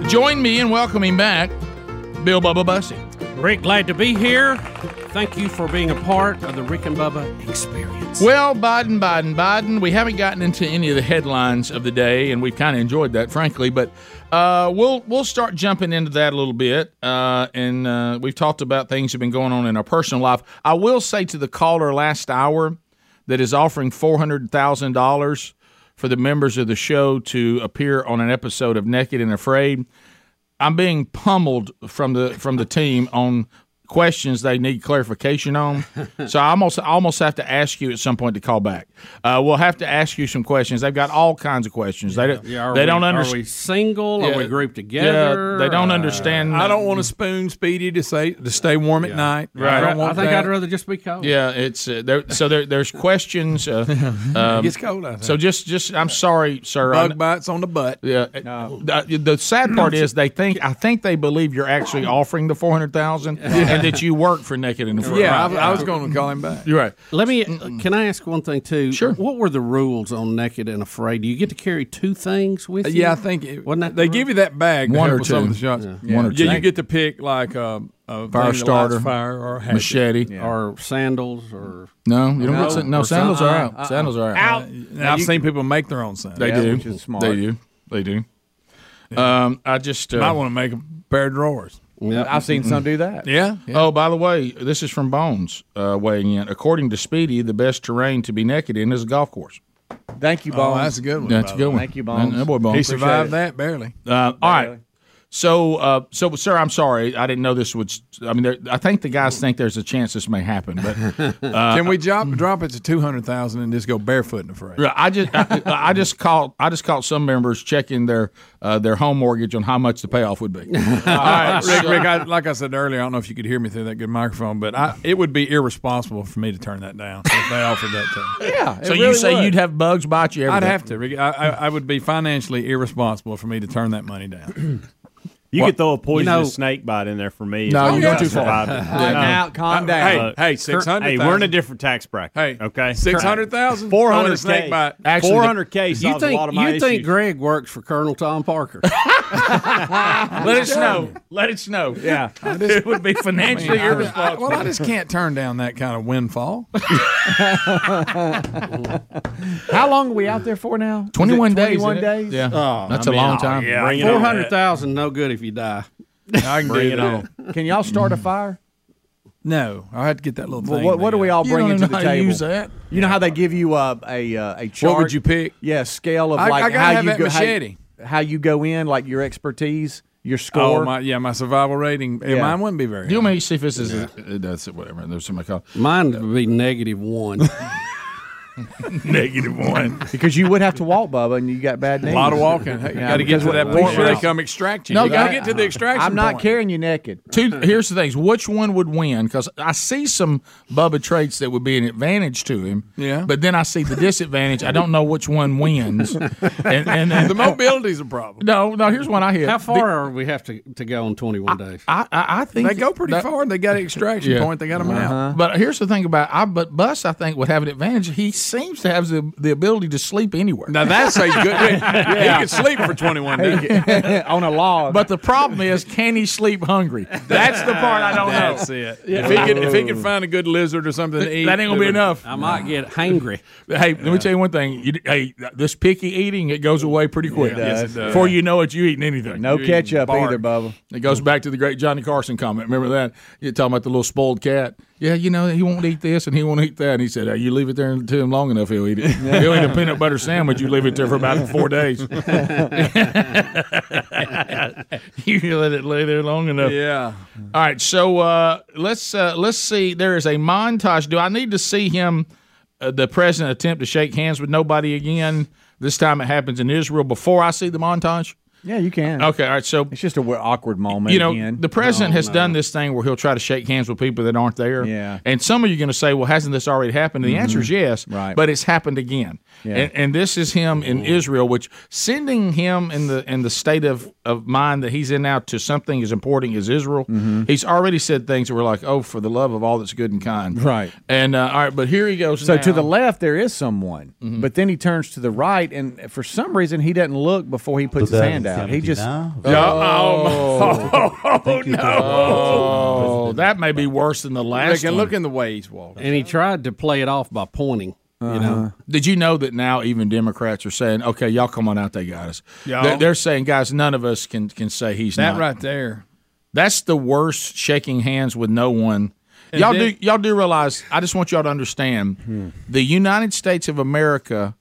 [SPEAKER 1] Join me in welcoming back Bill Bubba Bussy.
[SPEAKER 2] Rick, glad to be here. Thank you for being a part of the Rick and Bubba experience.
[SPEAKER 1] Well, Biden, Biden, Biden. We haven't gotten into any of the headlines of the day, and we've kind of enjoyed that, frankly. But uh, we'll we'll start jumping into that a little bit, uh, and uh, we've talked about things that have been going on in our personal life. I will say to the caller last hour that is offering four hundred thousand dollars for the members of the show to appear on an episode of Naked and Afraid. I'm being pummeled from the from the team on questions they need clarification on. So I almost I almost have to ask you at some point to call back. Uh, we'll have to ask you some questions. They've got all kinds of questions. They don't
[SPEAKER 2] Yeah, are
[SPEAKER 1] they
[SPEAKER 2] we,
[SPEAKER 1] don't
[SPEAKER 2] Are we
[SPEAKER 1] understand.
[SPEAKER 2] single?
[SPEAKER 1] Yeah.
[SPEAKER 2] are we grouped together?
[SPEAKER 1] Yeah, they don't
[SPEAKER 2] Uh,
[SPEAKER 1] understand.
[SPEAKER 4] I don't want to spoon Speedy to say to stay warm at night.
[SPEAKER 1] Right.
[SPEAKER 4] I don't
[SPEAKER 2] I
[SPEAKER 4] want
[SPEAKER 2] think
[SPEAKER 4] that.
[SPEAKER 2] I'd rather just be cold.
[SPEAKER 1] Yeah, it's uh, there. So there, there's questions. Uh,
[SPEAKER 4] it gets cold out there.
[SPEAKER 1] so just just I'm sorry, sir. I-
[SPEAKER 4] bug bites on the butt.
[SPEAKER 1] Yeah. uh, The, the sad part is they think I think they believe you're actually offering the four hundred thousand and that you work for Naked and Afraid.
[SPEAKER 4] Yeah, I, I was going to call him back.
[SPEAKER 1] You're right.
[SPEAKER 2] Let me. Can I ask one thing too?
[SPEAKER 1] Sure.
[SPEAKER 2] What were the rules on naked and afraid? Do you get to carry two things with you?
[SPEAKER 4] Uh, Yeah, I think it,
[SPEAKER 2] Wasn't that
[SPEAKER 4] they
[SPEAKER 2] the
[SPEAKER 4] give you that bag. to
[SPEAKER 1] One
[SPEAKER 4] help
[SPEAKER 1] or
[SPEAKER 4] with Some
[SPEAKER 1] two.
[SPEAKER 4] of the shots.
[SPEAKER 1] Yeah.
[SPEAKER 4] Yeah.
[SPEAKER 1] One or
[SPEAKER 4] Yeah,
[SPEAKER 1] two.
[SPEAKER 4] you get to pick like um, a thing that
[SPEAKER 1] Fire
[SPEAKER 4] lights
[SPEAKER 1] starter.
[SPEAKER 4] fire or a hatchet.
[SPEAKER 1] Machete.
[SPEAKER 2] or sandals or
[SPEAKER 1] No, you don't
[SPEAKER 4] No,
[SPEAKER 1] get sa- no
[SPEAKER 4] or
[SPEAKER 1] sandals are out.
[SPEAKER 4] uh-uh, uh-uh.
[SPEAKER 1] Sandals are out.
[SPEAKER 4] Uh, and I've seen people make their own signs.
[SPEAKER 1] They
[SPEAKER 3] Yeah,
[SPEAKER 1] do.
[SPEAKER 3] which is smart.
[SPEAKER 1] They do. They do. Um, I just.
[SPEAKER 4] might
[SPEAKER 1] Uh,
[SPEAKER 4] want to make a pair of drawers.
[SPEAKER 3] I've seen some do that.
[SPEAKER 4] Yeah.
[SPEAKER 1] Oh, by the way, this is from Bones uh, weighing in. According to Speedy, the best terrain to be naked in is a golf course.
[SPEAKER 3] Thank you,
[SPEAKER 4] Oh,
[SPEAKER 3] Bones.
[SPEAKER 4] that's a good one.
[SPEAKER 1] That's a
[SPEAKER 4] by the
[SPEAKER 1] good
[SPEAKER 4] way.
[SPEAKER 1] one.
[SPEAKER 3] Thank you, Bones.
[SPEAKER 1] That boy Bones.
[SPEAKER 4] He survived that barely.
[SPEAKER 1] Uh, all right. So, uh, so, sir, I'm sorry. I didn't know this would. I mean, there, I think the guys think there's a chance this may happen, but
[SPEAKER 4] Can
[SPEAKER 1] uh,
[SPEAKER 4] we drop drop it to two hundred thousand and just go barefoot and afraid?
[SPEAKER 1] Right, I just I, I just caught I just caught some members checking their uh, their home mortgage on how much the payoff would be. All right,
[SPEAKER 4] Rick,
[SPEAKER 1] so-
[SPEAKER 4] Rick I, like I said earlier, I don't know if you could hear me through that good microphone, but I, it would be irresponsible for me to turn that down if they offered that to me.
[SPEAKER 3] Yeah.
[SPEAKER 1] so you say you'd have bugs bite you? Every
[SPEAKER 4] I'd
[SPEAKER 1] day.
[SPEAKER 4] have to. Rick. I, I, I would be financially irresponsible for me to turn that money down.
[SPEAKER 7] You could throw a poisonous
[SPEAKER 2] You know-
[SPEAKER 7] snake bite in there for me.
[SPEAKER 1] No,
[SPEAKER 7] if I
[SPEAKER 1] you're going
[SPEAKER 7] was
[SPEAKER 1] too far.
[SPEAKER 7] surviving.
[SPEAKER 3] Calm
[SPEAKER 7] No.
[SPEAKER 3] down. Calm down.
[SPEAKER 4] Hey,
[SPEAKER 7] Look,
[SPEAKER 4] hey,
[SPEAKER 7] Kurt-
[SPEAKER 4] 600,000.
[SPEAKER 7] Hey, we're in a different tax bracket.
[SPEAKER 4] Hey,
[SPEAKER 7] okay,
[SPEAKER 4] six hundred thousand,
[SPEAKER 7] Four
[SPEAKER 4] on a
[SPEAKER 1] Oh,
[SPEAKER 7] hundred
[SPEAKER 4] snake bite.
[SPEAKER 1] Actually,
[SPEAKER 7] Four hundred k
[SPEAKER 2] You
[SPEAKER 7] solves a lot
[SPEAKER 2] think
[SPEAKER 7] of my
[SPEAKER 2] you
[SPEAKER 7] issues.
[SPEAKER 2] think Greg works for Colonel Tom Parker?
[SPEAKER 1] Let it snow. Let it snow.
[SPEAKER 7] yeah,
[SPEAKER 1] it would be financially
[SPEAKER 4] I- I-
[SPEAKER 1] irresponsible.
[SPEAKER 4] well, I just can't turn down that kind of windfall.
[SPEAKER 3] How long are we out there for now? Is it
[SPEAKER 1] 21 days, isn't
[SPEAKER 3] 21
[SPEAKER 1] it?
[SPEAKER 3] days.
[SPEAKER 1] Yeah,
[SPEAKER 4] Oh,
[SPEAKER 1] that's a long time.
[SPEAKER 7] bring it
[SPEAKER 2] Four
[SPEAKER 7] on.
[SPEAKER 2] hundred thousand, no good if you die.
[SPEAKER 4] I can
[SPEAKER 7] Bring
[SPEAKER 4] do
[SPEAKER 7] it
[SPEAKER 4] that.
[SPEAKER 7] on.
[SPEAKER 3] Can y'all start a fire?
[SPEAKER 4] No, I had to get that little
[SPEAKER 3] Well,
[SPEAKER 4] thing.
[SPEAKER 3] what, what
[SPEAKER 4] they
[SPEAKER 3] do we
[SPEAKER 4] got.
[SPEAKER 3] all
[SPEAKER 1] You
[SPEAKER 3] bring
[SPEAKER 1] don't
[SPEAKER 3] to
[SPEAKER 1] know
[SPEAKER 3] the
[SPEAKER 1] how to
[SPEAKER 3] table?
[SPEAKER 1] use that.
[SPEAKER 3] You know how they give you uh, a uh, a chart.
[SPEAKER 4] What would you pick?
[SPEAKER 3] Yeah, scale of
[SPEAKER 4] I-
[SPEAKER 3] like
[SPEAKER 4] I gotta
[SPEAKER 3] how
[SPEAKER 4] have
[SPEAKER 3] you
[SPEAKER 4] that
[SPEAKER 3] go, how-
[SPEAKER 4] machete.
[SPEAKER 3] How, you go in, like your expertise, your score.
[SPEAKER 4] Oh my, yeah, my survival rating. eh,
[SPEAKER 3] Yeah.
[SPEAKER 4] Mine wouldn't be very.
[SPEAKER 1] Do you
[SPEAKER 4] high.
[SPEAKER 1] want me to see if this is it- that's it, whatever? There's somebody called
[SPEAKER 2] Mine would be negative one.
[SPEAKER 1] negative one.
[SPEAKER 3] because you would have to walk, Bubba, and you got bad knees.
[SPEAKER 4] A lot of walking. Hey, you
[SPEAKER 3] Yeah,
[SPEAKER 4] got to get
[SPEAKER 3] because
[SPEAKER 4] to that
[SPEAKER 3] we-
[SPEAKER 4] point
[SPEAKER 3] we
[SPEAKER 4] where they
[SPEAKER 3] should-
[SPEAKER 4] come extract you.
[SPEAKER 1] No,
[SPEAKER 4] you
[SPEAKER 1] I-
[SPEAKER 4] got to get to the extraction.
[SPEAKER 3] I'm not
[SPEAKER 4] point.
[SPEAKER 3] carrying you naked.
[SPEAKER 1] Two. Here's the things. Which one would win? Because I see some Bubba traits that would be an advantage to him.
[SPEAKER 4] Yeah.
[SPEAKER 1] But then I see the disadvantage. I don't know which one wins. And, and, and
[SPEAKER 4] The mobility's a problem.
[SPEAKER 1] no, no. Here's one I hit.
[SPEAKER 2] How far are we have to, to go on twenty one days?
[SPEAKER 1] I, I, I think
[SPEAKER 4] They go pretty
[SPEAKER 1] that-
[SPEAKER 4] far. and They got an extraction
[SPEAKER 1] Yeah. Uh-huh.
[SPEAKER 4] point. They got them out.
[SPEAKER 1] But here's the thing about I. But Bus, I think would have an advantage. He seems to have the, the ability to sleep anywhere.
[SPEAKER 4] Now that's a good. yeah. He could sleep for 21 days.
[SPEAKER 3] on a log.
[SPEAKER 1] But the problem is, can he sleep hungry? That's the part I don't know.
[SPEAKER 4] That's it. If he could, if he could find a good lizard or something to eat,
[SPEAKER 1] That ain't gonna be
[SPEAKER 4] it would-
[SPEAKER 1] enough.
[SPEAKER 2] I might get hangry.
[SPEAKER 1] Hey, let me tell you one thing. You, hey, this picky eating it goes away pretty quick.
[SPEAKER 4] does. Yes, it does.
[SPEAKER 1] Before you know it, you eating anything.
[SPEAKER 3] no ketchup
[SPEAKER 4] bark.
[SPEAKER 3] either, Bubba.
[SPEAKER 1] It goes back to the great Johnny Carson comment. Remember that? You're talking about the little spoiled cat. Yeah, you know, he won't eat this and he won't eat that. And he said, "Hey, You leave it there to him long enough, he'll eat it. He'll eat a peanut butter sandwich. You leave it there for about four days. you let it lay there long enough.
[SPEAKER 4] Yeah.
[SPEAKER 1] All right, so uh, let's uh, let's see. There is a montage. Do I need to see him, uh, the president, attempt to shake hands with nobody again? This time it happens in Israel. Before I see the montage.
[SPEAKER 3] Yeah, you can.
[SPEAKER 4] Oh.
[SPEAKER 1] Okay, all right. So
[SPEAKER 3] It's just a weird, awkward moment.
[SPEAKER 1] you know
[SPEAKER 3] again.
[SPEAKER 1] the president has done this thing where he'll try to shake hands with people that aren't there.
[SPEAKER 3] Yeah. Mm-hmm.
[SPEAKER 1] And some of you are going to say, "Well, hasn't this already happened?" And the answer is yes.
[SPEAKER 3] Right.
[SPEAKER 1] But it's happened again.
[SPEAKER 3] Yeah.
[SPEAKER 1] And, and this is him in Israel, which sending him in the in the state of, of mind that he's in now to something as important as Israel.
[SPEAKER 3] Mm-hmm.
[SPEAKER 1] He's already said things that were like, "Oh, for the love of all that's good and kind."
[SPEAKER 3] Right.
[SPEAKER 1] And uh, all right, but here he goes.
[SPEAKER 3] So to
[SPEAKER 1] now.
[SPEAKER 3] the left there is someone,
[SPEAKER 4] Mm-hmm.
[SPEAKER 3] but then he turns to the right, and for some reason he doesn't look before he puts his hand out. He just
[SPEAKER 1] oh, that may be worse than the
[SPEAKER 4] They
[SPEAKER 1] last.
[SPEAKER 4] can
[SPEAKER 1] one.
[SPEAKER 4] look in the way he's walking.
[SPEAKER 2] And he tried to play it off by pointing. You know,
[SPEAKER 1] Did you know that now even Democrats are saying, "Okay, y'all come on out, they got us."
[SPEAKER 4] Y'all.
[SPEAKER 1] They're, they're saying, "Guys, none of us can can say he's
[SPEAKER 4] That
[SPEAKER 1] not."
[SPEAKER 4] right there.
[SPEAKER 1] That's the worst shaking hands with no one. y'all
[SPEAKER 4] then- Hmm.
[SPEAKER 1] do y'all do realize? I just want y'all to understand, the United States of America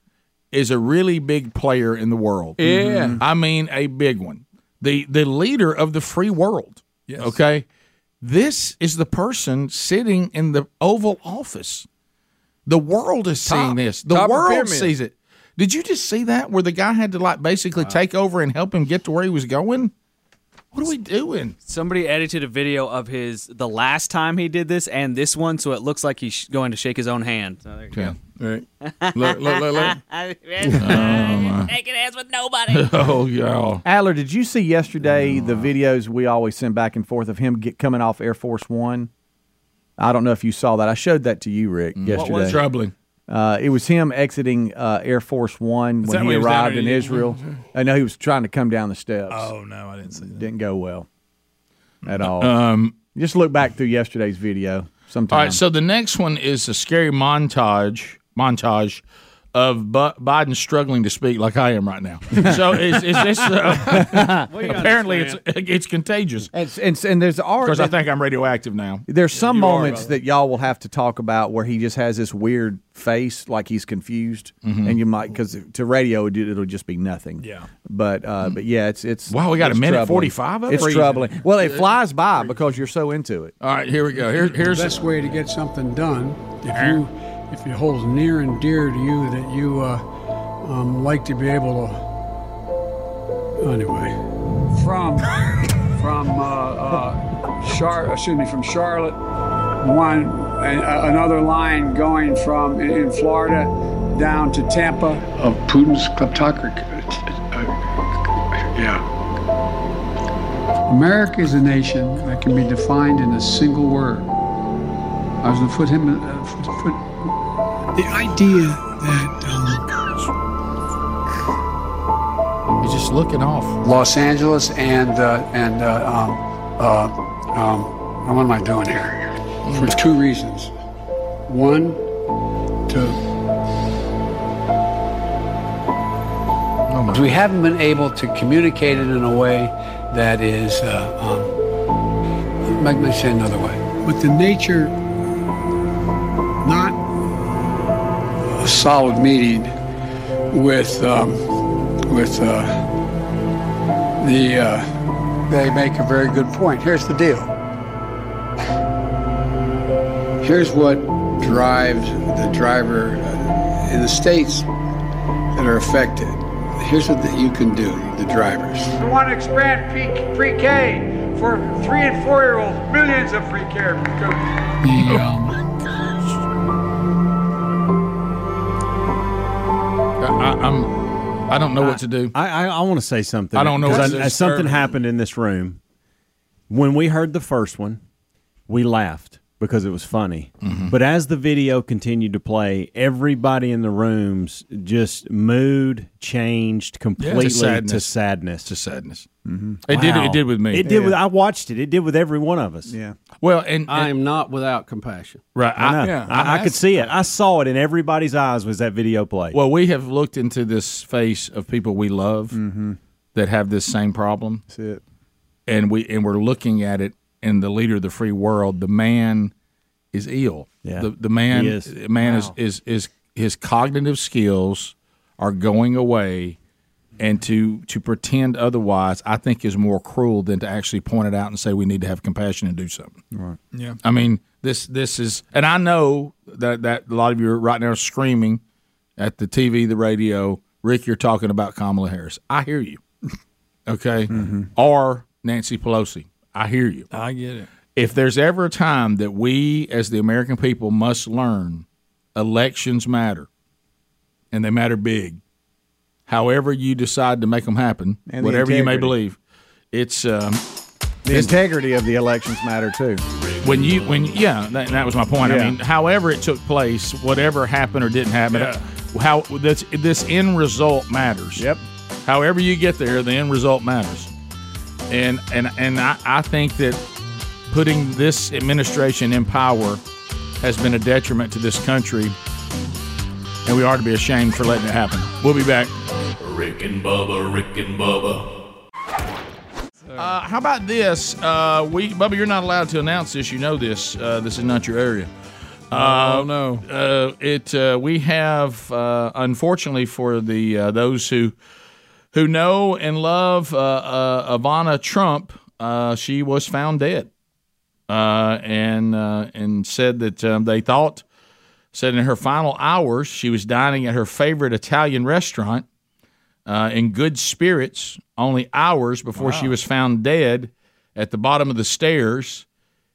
[SPEAKER 1] is a really big player in the world.
[SPEAKER 4] Yeah.
[SPEAKER 1] I mean a big one. The the leader of the free world. Yes. Okay. This is the person sitting in the Oval Office. The world is seeing
[SPEAKER 4] Top.
[SPEAKER 1] this. The
[SPEAKER 4] Top of the
[SPEAKER 1] world
[SPEAKER 4] pyramid.
[SPEAKER 1] sees it. Did you just see that where the guy had to like basically
[SPEAKER 4] Uh,
[SPEAKER 1] take over and help him get to where he was going? What are we doing?
[SPEAKER 6] Somebody edited a video of his the last time he did this and this one, so it looks like he's sh- going to shake his own hand. So there you go.
[SPEAKER 1] Yeah.
[SPEAKER 4] Right. Look, look, look, look.
[SPEAKER 8] Taking hands with nobody.
[SPEAKER 1] Oh yeah.
[SPEAKER 3] Adler, did you see yesterday the videos we always send back and forth of him get, coming off Air Force One? I don't know if you saw that. I showed that to you, Rick, yesterday.
[SPEAKER 1] troubling?
[SPEAKER 3] Uh, it was him exiting uh, Air Force One
[SPEAKER 4] that
[SPEAKER 3] when he
[SPEAKER 4] when he was down
[SPEAKER 3] arrived
[SPEAKER 4] there?
[SPEAKER 3] in Israel. I know he was trying to come down the steps.
[SPEAKER 4] Oh no, I didn't see that.
[SPEAKER 3] Didn't go well at all. Um, Just look back through yesterday's video. Sometime.
[SPEAKER 1] All right. So the next one is a scary montage montage of Bu- Biden struggling to speak, like I am right now. So is, is this uh, apparently it's it's contagious
[SPEAKER 3] and, and, and there's art.
[SPEAKER 1] because I think I'm radioactive now.
[SPEAKER 3] There's some moments that y'all will have to talk about where he just has this weird face, like he's confused,
[SPEAKER 1] Mm-hmm.
[SPEAKER 3] and you might because to radio it- it'll just be nothing.
[SPEAKER 4] Yeah.
[SPEAKER 3] But uh, but yeah, it's it's
[SPEAKER 1] Wow, we got a
[SPEAKER 3] it's
[SPEAKER 1] minute
[SPEAKER 3] troubling.
[SPEAKER 1] 45 of it?
[SPEAKER 3] It's
[SPEAKER 1] Freezing.
[SPEAKER 3] troubling. Well, it flies by because you're so into it.
[SPEAKER 1] All right. Here we go. Here, here's
[SPEAKER 9] best way to get something done if you if it holds near and dear to you that you uh, um, like to be able to anyway from from uh, uh, Char- excuse me from Charlotte one and, uh, another line going from in, in Florida down to Tampa of Putin's kleptocracy yeah America is a nation that can be defined in a single word. I was going to put him. Uh, foot, foot. The idea that um,
[SPEAKER 1] he's just looking off.
[SPEAKER 9] Los Angeles and uh, and uh, um, uh, um, what am I doing here? For two reasons. One, to
[SPEAKER 1] Oh my.
[SPEAKER 9] we haven't been able to communicate it in a way that is. Uh, um, let me say it another way. But the nature, not a solid meeting with um, with uh, the. Uh, they make a very good point. Here's the deal. Here's what drives the driver uh, in the states that are affected. Here's what that you can do, the drivers.
[SPEAKER 10] We want to expand P- pre-K for three and four-year-olds, millions of pre-K.
[SPEAKER 9] The, um,
[SPEAKER 1] I, I, I'm. I don't know what to do.
[SPEAKER 7] I I, I want to say something.
[SPEAKER 1] I don't know
[SPEAKER 7] 'Cause
[SPEAKER 1] what's
[SPEAKER 7] I-
[SPEAKER 1] disturbing.
[SPEAKER 7] something happened in this room when we heard the first one. We laughed. because it was funny.
[SPEAKER 1] Mm-hmm.
[SPEAKER 7] But as the video continued to play, everybody in the rooms just mood changed completely
[SPEAKER 1] To sadness.
[SPEAKER 7] to sadness. To
[SPEAKER 1] sadness. It did- Mm-hmm. it did with me.
[SPEAKER 7] It did with.
[SPEAKER 1] Yeah.
[SPEAKER 7] I watched it. It did with every one of us.
[SPEAKER 1] Yeah. Well, and
[SPEAKER 2] I am not without compassion.
[SPEAKER 1] Right.
[SPEAKER 7] I, know. I, I
[SPEAKER 1] that's-
[SPEAKER 7] could see it. I saw it in everybody's eyes was that video played.
[SPEAKER 1] Well, we have looked into this face of people we love that have this same problem. That's
[SPEAKER 3] Mm-hmm. it.
[SPEAKER 1] And we and we're looking at it in the leader of the free world. The man is ill.
[SPEAKER 3] Yeah.
[SPEAKER 1] The, the man
[SPEAKER 3] He is.
[SPEAKER 1] man
[SPEAKER 3] Wow.
[SPEAKER 1] is, is is his cognitive skills are going away. And to, to pretend otherwise, I think is more cruel than to actually point it out and say we need to have compassion and do something.
[SPEAKER 3] Right.
[SPEAKER 4] Yeah.
[SPEAKER 1] I mean, this this is, and I know that that a lot of you are right now screaming at the TV, the radio. Rick, you're talking about Kamala Harris. I hear you. Okay,
[SPEAKER 3] Mm-hmm.
[SPEAKER 1] or Nancy Pelosi. I hear you.
[SPEAKER 4] I get it.
[SPEAKER 1] If there's ever a time that we, as the American people, must learn elections matter, and they matter big. However, you decide to make them happen,
[SPEAKER 3] And the
[SPEAKER 1] whatever you may
[SPEAKER 3] integrity.
[SPEAKER 1] believe, it's um,
[SPEAKER 3] The integrity of the elections matter too.
[SPEAKER 1] when you when yeah that, that was my point
[SPEAKER 3] Yeah.
[SPEAKER 1] i mean however it took place whatever happened or didn't happen uh, how this this end result matters yep however you get there the end result matters and and and i, I think that putting this administration in power has been a detriment to this country and we are to be ashamed for letting it happen we'll be back
[SPEAKER 5] Rick and Bubba, Rick and Bubba.
[SPEAKER 1] Uh, how about this? Uh, we, Bubba, you're not allowed to announce this. You know this. Uh, this is not your area. Uh,
[SPEAKER 4] Oh, no.
[SPEAKER 1] Uh, it. Uh, we have, uh, unfortunately, for the uh, those who who know and love uh, uh, Ivana Trump, uh, she was found dead, uh, and uh, and said that um, they thought said in her final hours she was dining at her favorite Italian restaurant uh, in good spirits only hours before she was found dead at the bottom of the stairs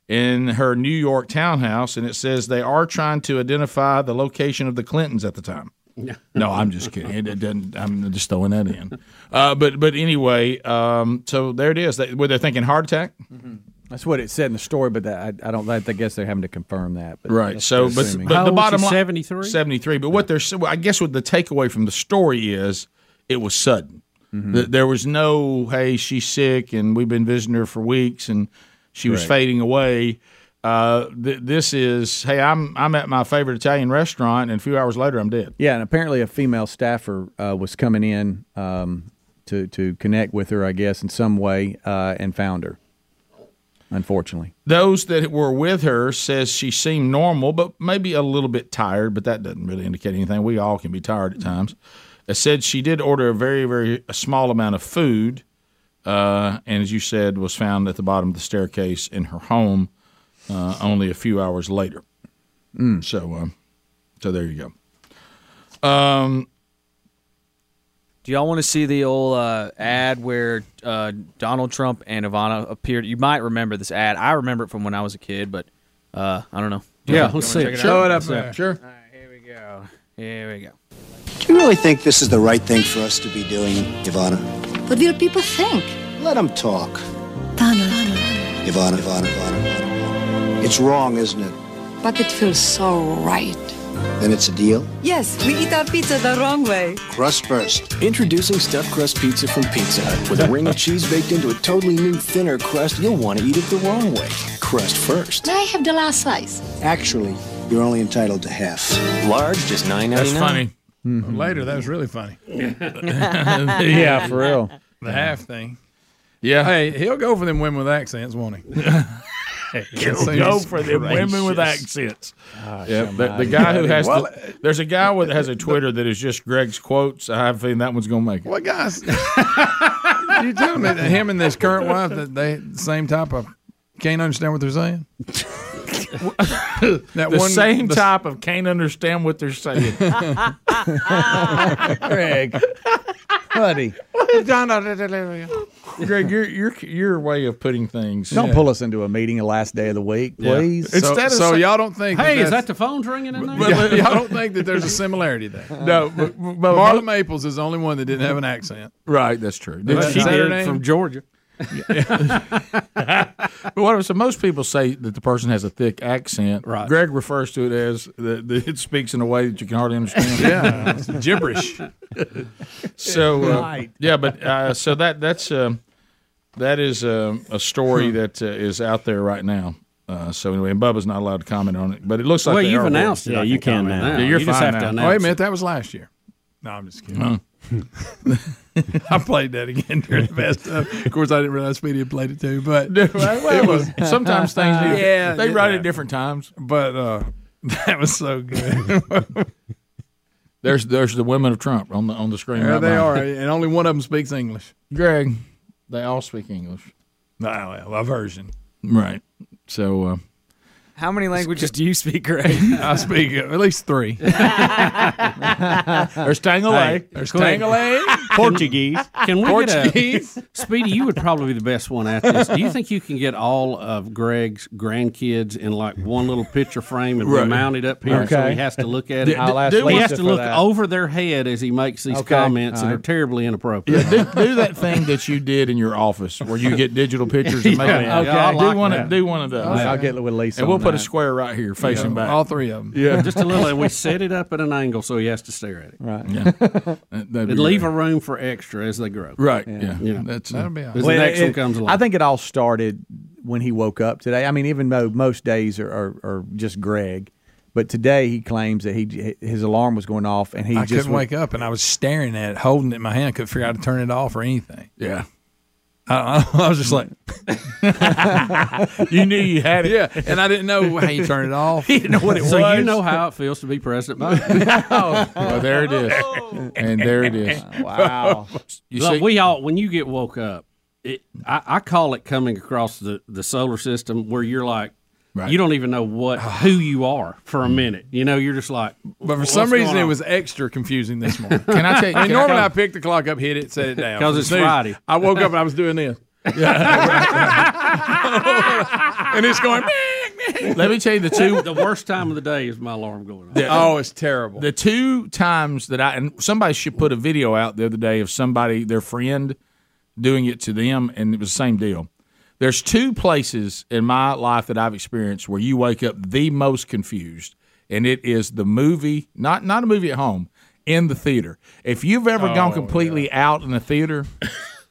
[SPEAKER 1] in her New York townhouse. And it says they are trying to identify the location of the Clintons at the time. No, I'm just kidding. It, it doesn't. I'm just throwing that in. Uh, but but anyway, um, so there it is. They, were they thinking heart attack?
[SPEAKER 3] That's what it said in the story, but that, I, I don't. I guess they're having to confirm that. But
[SPEAKER 1] Right.
[SPEAKER 3] that's
[SPEAKER 1] So, but,
[SPEAKER 3] assuming.
[SPEAKER 1] but the bottom line,
[SPEAKER 2] 73?
[SPEAKER 1] 73. But what they're, well, I guess, what the takeaway from the story is, it was sudden.
[SPEAKER 3] Mm-hmm.
[SPEAKER 1] Th- There was no, hey, she's sick, and we've been visiting her for weeks, and she was
[SPEAKER 3] Correct.
[SPEAKER 1] fading away. Uh, th- this is, hey, I'm I'm at my favorite Italian restaurant, and a few hours later, I'm dead.
[SPEAKER 3] Yeah, and apparently a female staffer uh, was coming in um, to to connect with her, I guess, in some way, uh, and found her. Unfortunately,
[SPEAKER 1] Those that were with her says she seemed normal, but maybe a little bit tired. But that doesn't really indicate anything. We all can be tired at times. It said she did order a very, very a small amount of food, uh, and as you said, was found at the bottom of the staircase in her home uh, only a few hours later. So, um, so there you go. Um,
[SPEAKER 6] Do y'all want to see the old uh, ad where uh, Donald Trump and Ivana appeared? You might remember this ad. I remember it from when I was a kid, but uh, I don't know.
[SPEAKER 2] Yeah,
[SPEAKER 6] You wanna-
[SPEAKER 2] let's
[SPEAKER 6] you
[SPEAKER 2] see
[SPEAKER 6] wanna
[SPEAKER 2] it.
[SPEAKER 6] check
[SPEAKER 2] Show it
[SPEAKER 6] out?
[SPEAKER 2] up
[SPEAKER 6] Let's see
[SPEAKER 2] there.
[SPEAKER 1] Sure.
[SPEAKER 6] All right, here we go. Here we go.
[SPEAKER 11] Do you really think this is the right thing for us to be doing, Ivana?
[SPEAKER 12] What will people think?
[SPEAKER 11] Let them talk.
[SPEAKER 12] Donald.
[SPEAKER 11] Ivana, Ivana, Ivana. It's wrong, isn't it?
[SPEAKER 12] But it feels so right.
[SPEAKER 11] Then it's a deal.
[SPEAKER 12] Yes, we eat our pizza the wrong way.
[SPEAKER 11] Crust first.
[SPEAKER 13] Introducing stuffed crust pizza from Pizza Hut. With a ring of cheese baked into a totally new thinner crust, you'll want to eat it the wrong way. Crust first.
[SPEAKER 12] May I have the last slice?
[SPEAKER 11] Actually, you're only entitled to half.
[SPEAKER 13] Large, just nine ninety nine.
[SPEAKER 11] That's funny.
[SPEAKER 4] Later, that was really funny.
[SPEAKER 3] Yeah, for real.
[SPEAKER 4] The half thing.
[SPEAKER 1] Yeah.
[SPEAKER 4] Hey, he'll go for them women with accents, won't he?
[SPEAKER 1] He'll go oh, for them women with accents. yeah, the, the guy who has
[SPEAKER 4] Well,
[SPEAKER 1] the, there's a guy with has a Twitter that is just Greg's quotes. I have a feeling that one's gonna make it.
[SPEAKER 4] What guys? you telling me that him and his current wife that they same type of can't understand what they're saying? that
[SPEAKER 1] the same type of can't understand what they're saying.
[SPEAKER 3] Greg, buddy,
[SPEAKER 1] Greg, your your your way of putting things.
[SPEAKER 3] don't pull us into a meeting the last day of the week,
[SPEAKER 1] Yeah.
[SPEAKER 3] please.
[SPEAKER 1] So- Instead of so saying- y'all don't think that
[SPEAKER 2] Hey, is
[SPEAKER 1] that's-
[SPEAKER 2] that the phone's ringing in there?
[SPEAKER 4] But I don't think that there's a similarity there.
[SPEAKER 1] No, but,
[SPEAKER 4] Marla Maples is the only one that didn't have an accent.
[SPEAKER 1] Right, that's true.
[SPEAKER 4] Did she? Saturday?
[SPEAKER 2] from Georgia.
[SPEAKER 1] but whatever. So most people say that the person has a thick accent. Right. Greg refers to it as the, the, it speaks in a way that you can hardly understand.
[SPEAKER 4] Yeah. Oh, It's gibberish.
[SPEAKER 1] so uh,
[SPEAKER 4] Right.
[SPEAKER 1] yeah, but uh, so that that's um that is um a story that uh, is out there right now. Uh, so anyway, and Bubba's not allowed to comment on it, but it looks like
[SPEAKER 4] Well,
[SPEAKER 1] they
[SPEAKER 4] you've
[SPEAKER 1] are
[SPEAKER 4] announced it.
[SPEAKER 1] working.
[SPEAKER 4] I can comment now.
[SPEAKER 1] Yeah, you're
[SPEAKER 4] You
[SPEAKER 1] fine
[SPEAKER 4] just have
[SPEAKER 1] now.
[SPEAKER 4] to
[SPEAKER 1] Wait a
[SPEAKER 4] announce
[SPEAKER 1] minute,
[SPEAKER 4] it. that was last year. No, I'm just kidding.
[SPEAKER 1] Oh.
[SPEAKER 4] I played that again during the best of. Of course, I didn't realize Speedy had played it too, but
[SPEAKER 1] well,
[SPEAKER 4] it was
[SPEAKER 1] sometimes things do-
[SPEAKER 4] yeah,
[SPEAKER 1] they write it
[SPEAKER 4] different times. But uh, that was so good.
[SPEAKER 1] There's there's the women of Trump on the on the screen.
[SPEAKER 4] there
[SPEAKER 1] right
[SPEAKER 4] they
[SPEAKER 1] now.
[SPEAKER 4] are, and only one of them speaks English.
[SPEAKER 1] Greg, they all speak English.
[SPEAKER 4] No, well, a version.
[SPEAKER 1] Right. So uh,
[SPEAKER 6] How many languages do you speak, Greg?
[SPEAKER 4] I speak at least three.
[SPEAKER 1] there's Tangolay.
[SPEAKER 4] Hey, there's Tangolay. Portuguese.
[SPEAKER 2] Can we
[SPEAKER 4] Portuguese.
[SPEAKER 2] Get a, Speedy, you would probably be the best one at this. Do you think you can get all of Greg's grandkids in like one little picture frame and
[SPEAKER 1] Right.
[SPEAKER 2] we'll mount it up here so
[SPEAKER 1] Okay.
[SPEAKER 2] he has to look at
[SPEAKER 1] Do-
[SPEAKER 2] it?
[SPEAKER 1] I'll ask
[SPEAKER 2] he has
[SPEAKER 1] Lisa
[SPEAKER 2] to
[SPEAKER 1] for
[SPEAKER 2] look
[SPEAKER 1] that.
[SPEAKER 2] over their head as he makes these
[SPEAKER 1] Okay.
[SPEAKER 2] comments
[SPEAKER 1] All
[SPEAKER 2] that
[SPEAKER 1] right.
[SPEAKER 2] are terribly inappropriate.
[SPEAKER 1] Yeah, do, do that thing that you did in your office where you get digital pictures and make
[SPEAKER 2] Yeah,
[SPEAKER 1] it.
[SPEAKER 2] okay.
[SPEAKER 1] Yeah, do
[SPEAKER 2] I like
[SPEAKER 1] one.
[SPEAKER 2] that.
[SPEAKER 1] Do one of those.
[SPEAKER 2] I'll- I'll
[SPEAKER 3] get with Lisa
[SPEAKER 1] and we'll
[SPEAKER 2] on
[SPEAKER 1] put a
[SPEAKER 2] that.
[SPEAKER 1] square right here facing
[SPEAKER 2] Yeah,
[SPEAKER 1] back.
[SPEAKER 2] all
[SPEAKER 4] three of them.
[SPEAKER 1] Yeah,
[SPEAKER 2] just a little, and we set it up at an angle so he has to stare at it.
[SPEAKER 3] Right.
[SPEAKER 1] Yeah. That- that'd
[SPEAKER 2] And
[SPEAKER 1] be
[SPEAKER 2] leave
[SPEAKER 1] great.
[SPEAKER 2] a room for extra as they grow.
[SPEAKER 1] Right, yeah.
[SPEAKER 2] You know,
[SPEAKER 1] That's- uh, That'll be all
[SPEAKER 2] as the
[SPEAKER 3] Well,
[SPEAKER 2] next
[SPEAKER 3] it-
[SPEAKER 2] one comes along.
[SPEAKER 3] I think it all started when he woke up today. I mean, even though most days are, are, are just Greg, but today he claims that he his alarm was going off and he
[SPEAKER 4] I
[SPEAKER 3] just
[SPEAKER 4] couldn't
[SPEAKER 3] was-
[SPEAKER 4] wake up, and I was staring at it, holding it in my hand. I couldn't figure out how to turn it off or anything.
[SPEAKER 1] Yeah.
[SPEAKER 4] I, I was just like,
[SPEAKER 1] you knew you had it.
[SPEAKER 4] Yeah, and I didn't know how you turn it off. you know
[SPEAKER 1] what it
[SPEAKER 2] so you
[SPEAKER 1] was.
[SPEAKER 2] know how it feels to be President Biden.
[SPEAKER 1] Well, there it is, and there it is.
[SPEAKER 2] Wow.
[SPEAKER 1] You
[SPEAKER 2] Look,
[SPEAKER 1] see-
[SPEAKER 2] we all when you get woke up, it, I, I call it coming across the, the solar system where you're like, you don't even know what
[SPEAKER 1] Ah.
[SPEAKER 2] who you are for a minute. You know, you're just like.
[SPEAKER 4] But for some reason, it was extra confusing this morning.
[SPEAKER 2] Can I tell you-
[SPEAKER 4] I mean,
[SPEAKER 2] can I
[SPEAKER 4] normally
[SPEAKER 2] tell-
[SPEAKER 4] I, picked the clock up, hit it, set it down.
[SPEAKER 2] 'Cause it's
[SPEAKER 4] Dude,
[SPEAKER 2] Friday.
[SPEAKER 4] I woke up and I was doing this, and it's going.
[SPEAKER 1] Let me tell you the two-
[SPEAKER 2] The worst time of the day is my alarm going off.
[SPEAKER 1] The-
[SPEAKER 4] oh, it's terrible.
[SPEAKER 1] The two times that I and somebody should put a video out the other day of somebody their friend doing it to them, and it was the same deal. There's two places in my life that I've experienced where you wake up the most confused, and it is the movie, not not a movie at home, in the theater. If you've ever
[SPEAKER 4] Oh,
[SPEAKER 1] gone completely out in the theater.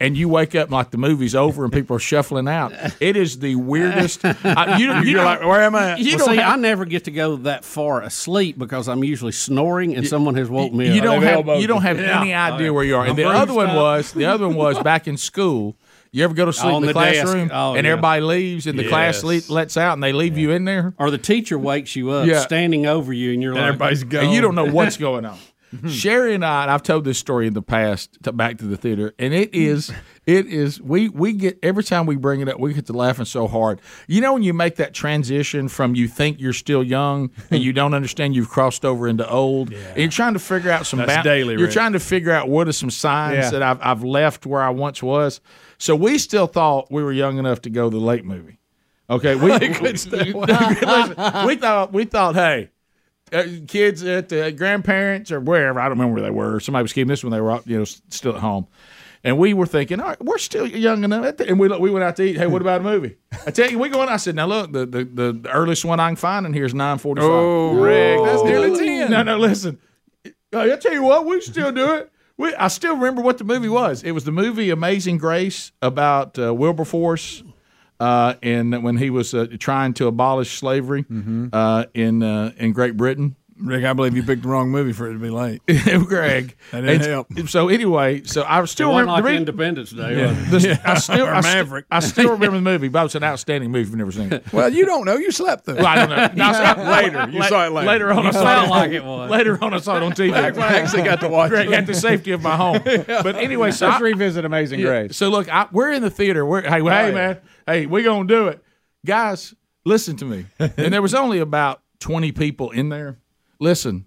[SPEAKER 1] And you wake up like the movie's over and people are shuffling out. It is the weirdest. I- you, you
[SPEAKER 4] You're
[SPEAKER 1] don't-
[SPEAKER 4] like, where am I?
[SPEAKER 1] You
[SPEAKER 2] well,
[SPEAKER 1] don't
[SPEAKER 2] see,
[SPEAKER 1] have-
[SPEAKER 2] I never get to go that far asleep because I'm usually snoring and someone has woke me up.
[SPEAKER 1] you don't have you don't have any idea where you are. And the other one was the other one was back in school. You ever go to sleep
[SPEAKER 2] On
[SPEAKER 1] in the,
[SPEAKER 2] the desk.
[SPEAKER 1] classroom
[SPEAKER 2] Oh,
[SPEAKER 1] and
[SPEAKER 2] yeah.
[SPEAKER 1] everybody leaves and the class le-
[SPEAKER 2] Yes.
[SPEAKER 1] lets out and they leave you in there?
[SPEAKER 2] Or the teacher wakes you up
[SPEAKER 1] Yeah.
[SPEAKER 2] standing over you and you're like
[SPEAKER 1] And you don't know what's going on. Sherry and I, and I've told this story in the past to back to the theater, and it is, it is. We we get every time we bring it up, we get to laughing so hard. You know when you make that transition from you think you're still young and you don't understand you've crossed over into old, and you're trying to figure out some.
[SPEAKER 4] That's
[SPEAKER 1] ba-
[SPEAKER 4] daily,
[SPEAKER 1] You're
[SPEAKER 4] Rick.
[SPEAKER 1] trying to figure out what are some signs
[SPEAKER 4] Yeah.
[SPEAKER 1] that I've I've left where I once was. So we still thought we were young enough to go to the late movie. Okay, we
[SPEAKER 4] They couldn't stay away.
[SPEAKER 1] Listen, we thought we thought, hey, uh, kids at the grandparents or wherever I don't remember where they were. Somebody was keeping this when they were you know s- still at home, and we were thinking, all right, we're still young enough. And we we went out to eat. Hey, what about a movie? I tell you, we going. I said, now look, the the, the, the earliest one I can find in here is nine forty five.
[SPEAKER 4] Oh, Rick, that's nearly ten.
[SPEAKER 1] No, no, listen. Uh, I tell you what, we still do it. We, I still remember what the movie was. It was the movie Amazing Grace about uh, Wilberforce, uh, and when he was uh, trying to abolish slavery
[SPEAKER 4] Mm-hmm.
[SPEAKER 1] uh, in uh, in Great Britain.
[SPEAKER 4] Rick, I believe you picked the wrong movie for it to be late.
[SPEAKER 1] Greg,
[SPEAKER 4] That didn't
[SPEAKER 1] And
[SPEAKER 4] help.
[SPEAKER 1] So anyway, so I
[SPEAKER 2] Still
[SPEAKER 1] still
[SPEAKER 2] it wasn't
[SPEAKER 1] remember
[SPEAKER 2] like
[SPEAKER 1] the re-
[SPEAKER 2] Independence Day.
[SPEAKER 1] Yeah.
[SPEAKER 2] was it?
[SPEAKER 1] This- I still,
[SPEAKER 4] Or
[SPEAKER 1] I, st-
[SPEAKER 4] Maverick.
[SPEAKER 1] I still remember the movie, but it was an outstanding movie. I've never seen it.
[SPEAKER 4] Well, you don't know. You slept through.
[SPEAKER 1] Well, I don't know. I saw it
[SPEAKER 4] later. You saw it later.
[SPEAKER 1] Later on, I
[SPEAKER 4] You
[SPEAKER 1] saw
[SPEAKER 4] felt
[SPEAKER 1] it.
[SPEAKER 4] like it was.
[SPEAKER 1] Later on, I saw it on TV.
[SPEAKER 4] Back when I actually got to watch
[SPEAKER 1] Greg,
[SPEAKER 4] it.
[SPEAKER 1] at the safety of my home. But anyway, so
[SPEAKER 3] Let's
[SPEAKER 1] I-
[SPEAKER 3] revisit Amazing
[SPEAKER 1] yeah,
[SPEAKER 3] Grace.
[SPEAKER 1] So look, I, we're in the theater. We're hey, hey,
[SPEAKER 3] yeah.
[SPEAKER 1] man, hey, we gonna do it, guys. Listen to me. and there was only about twenty people in there. Listen,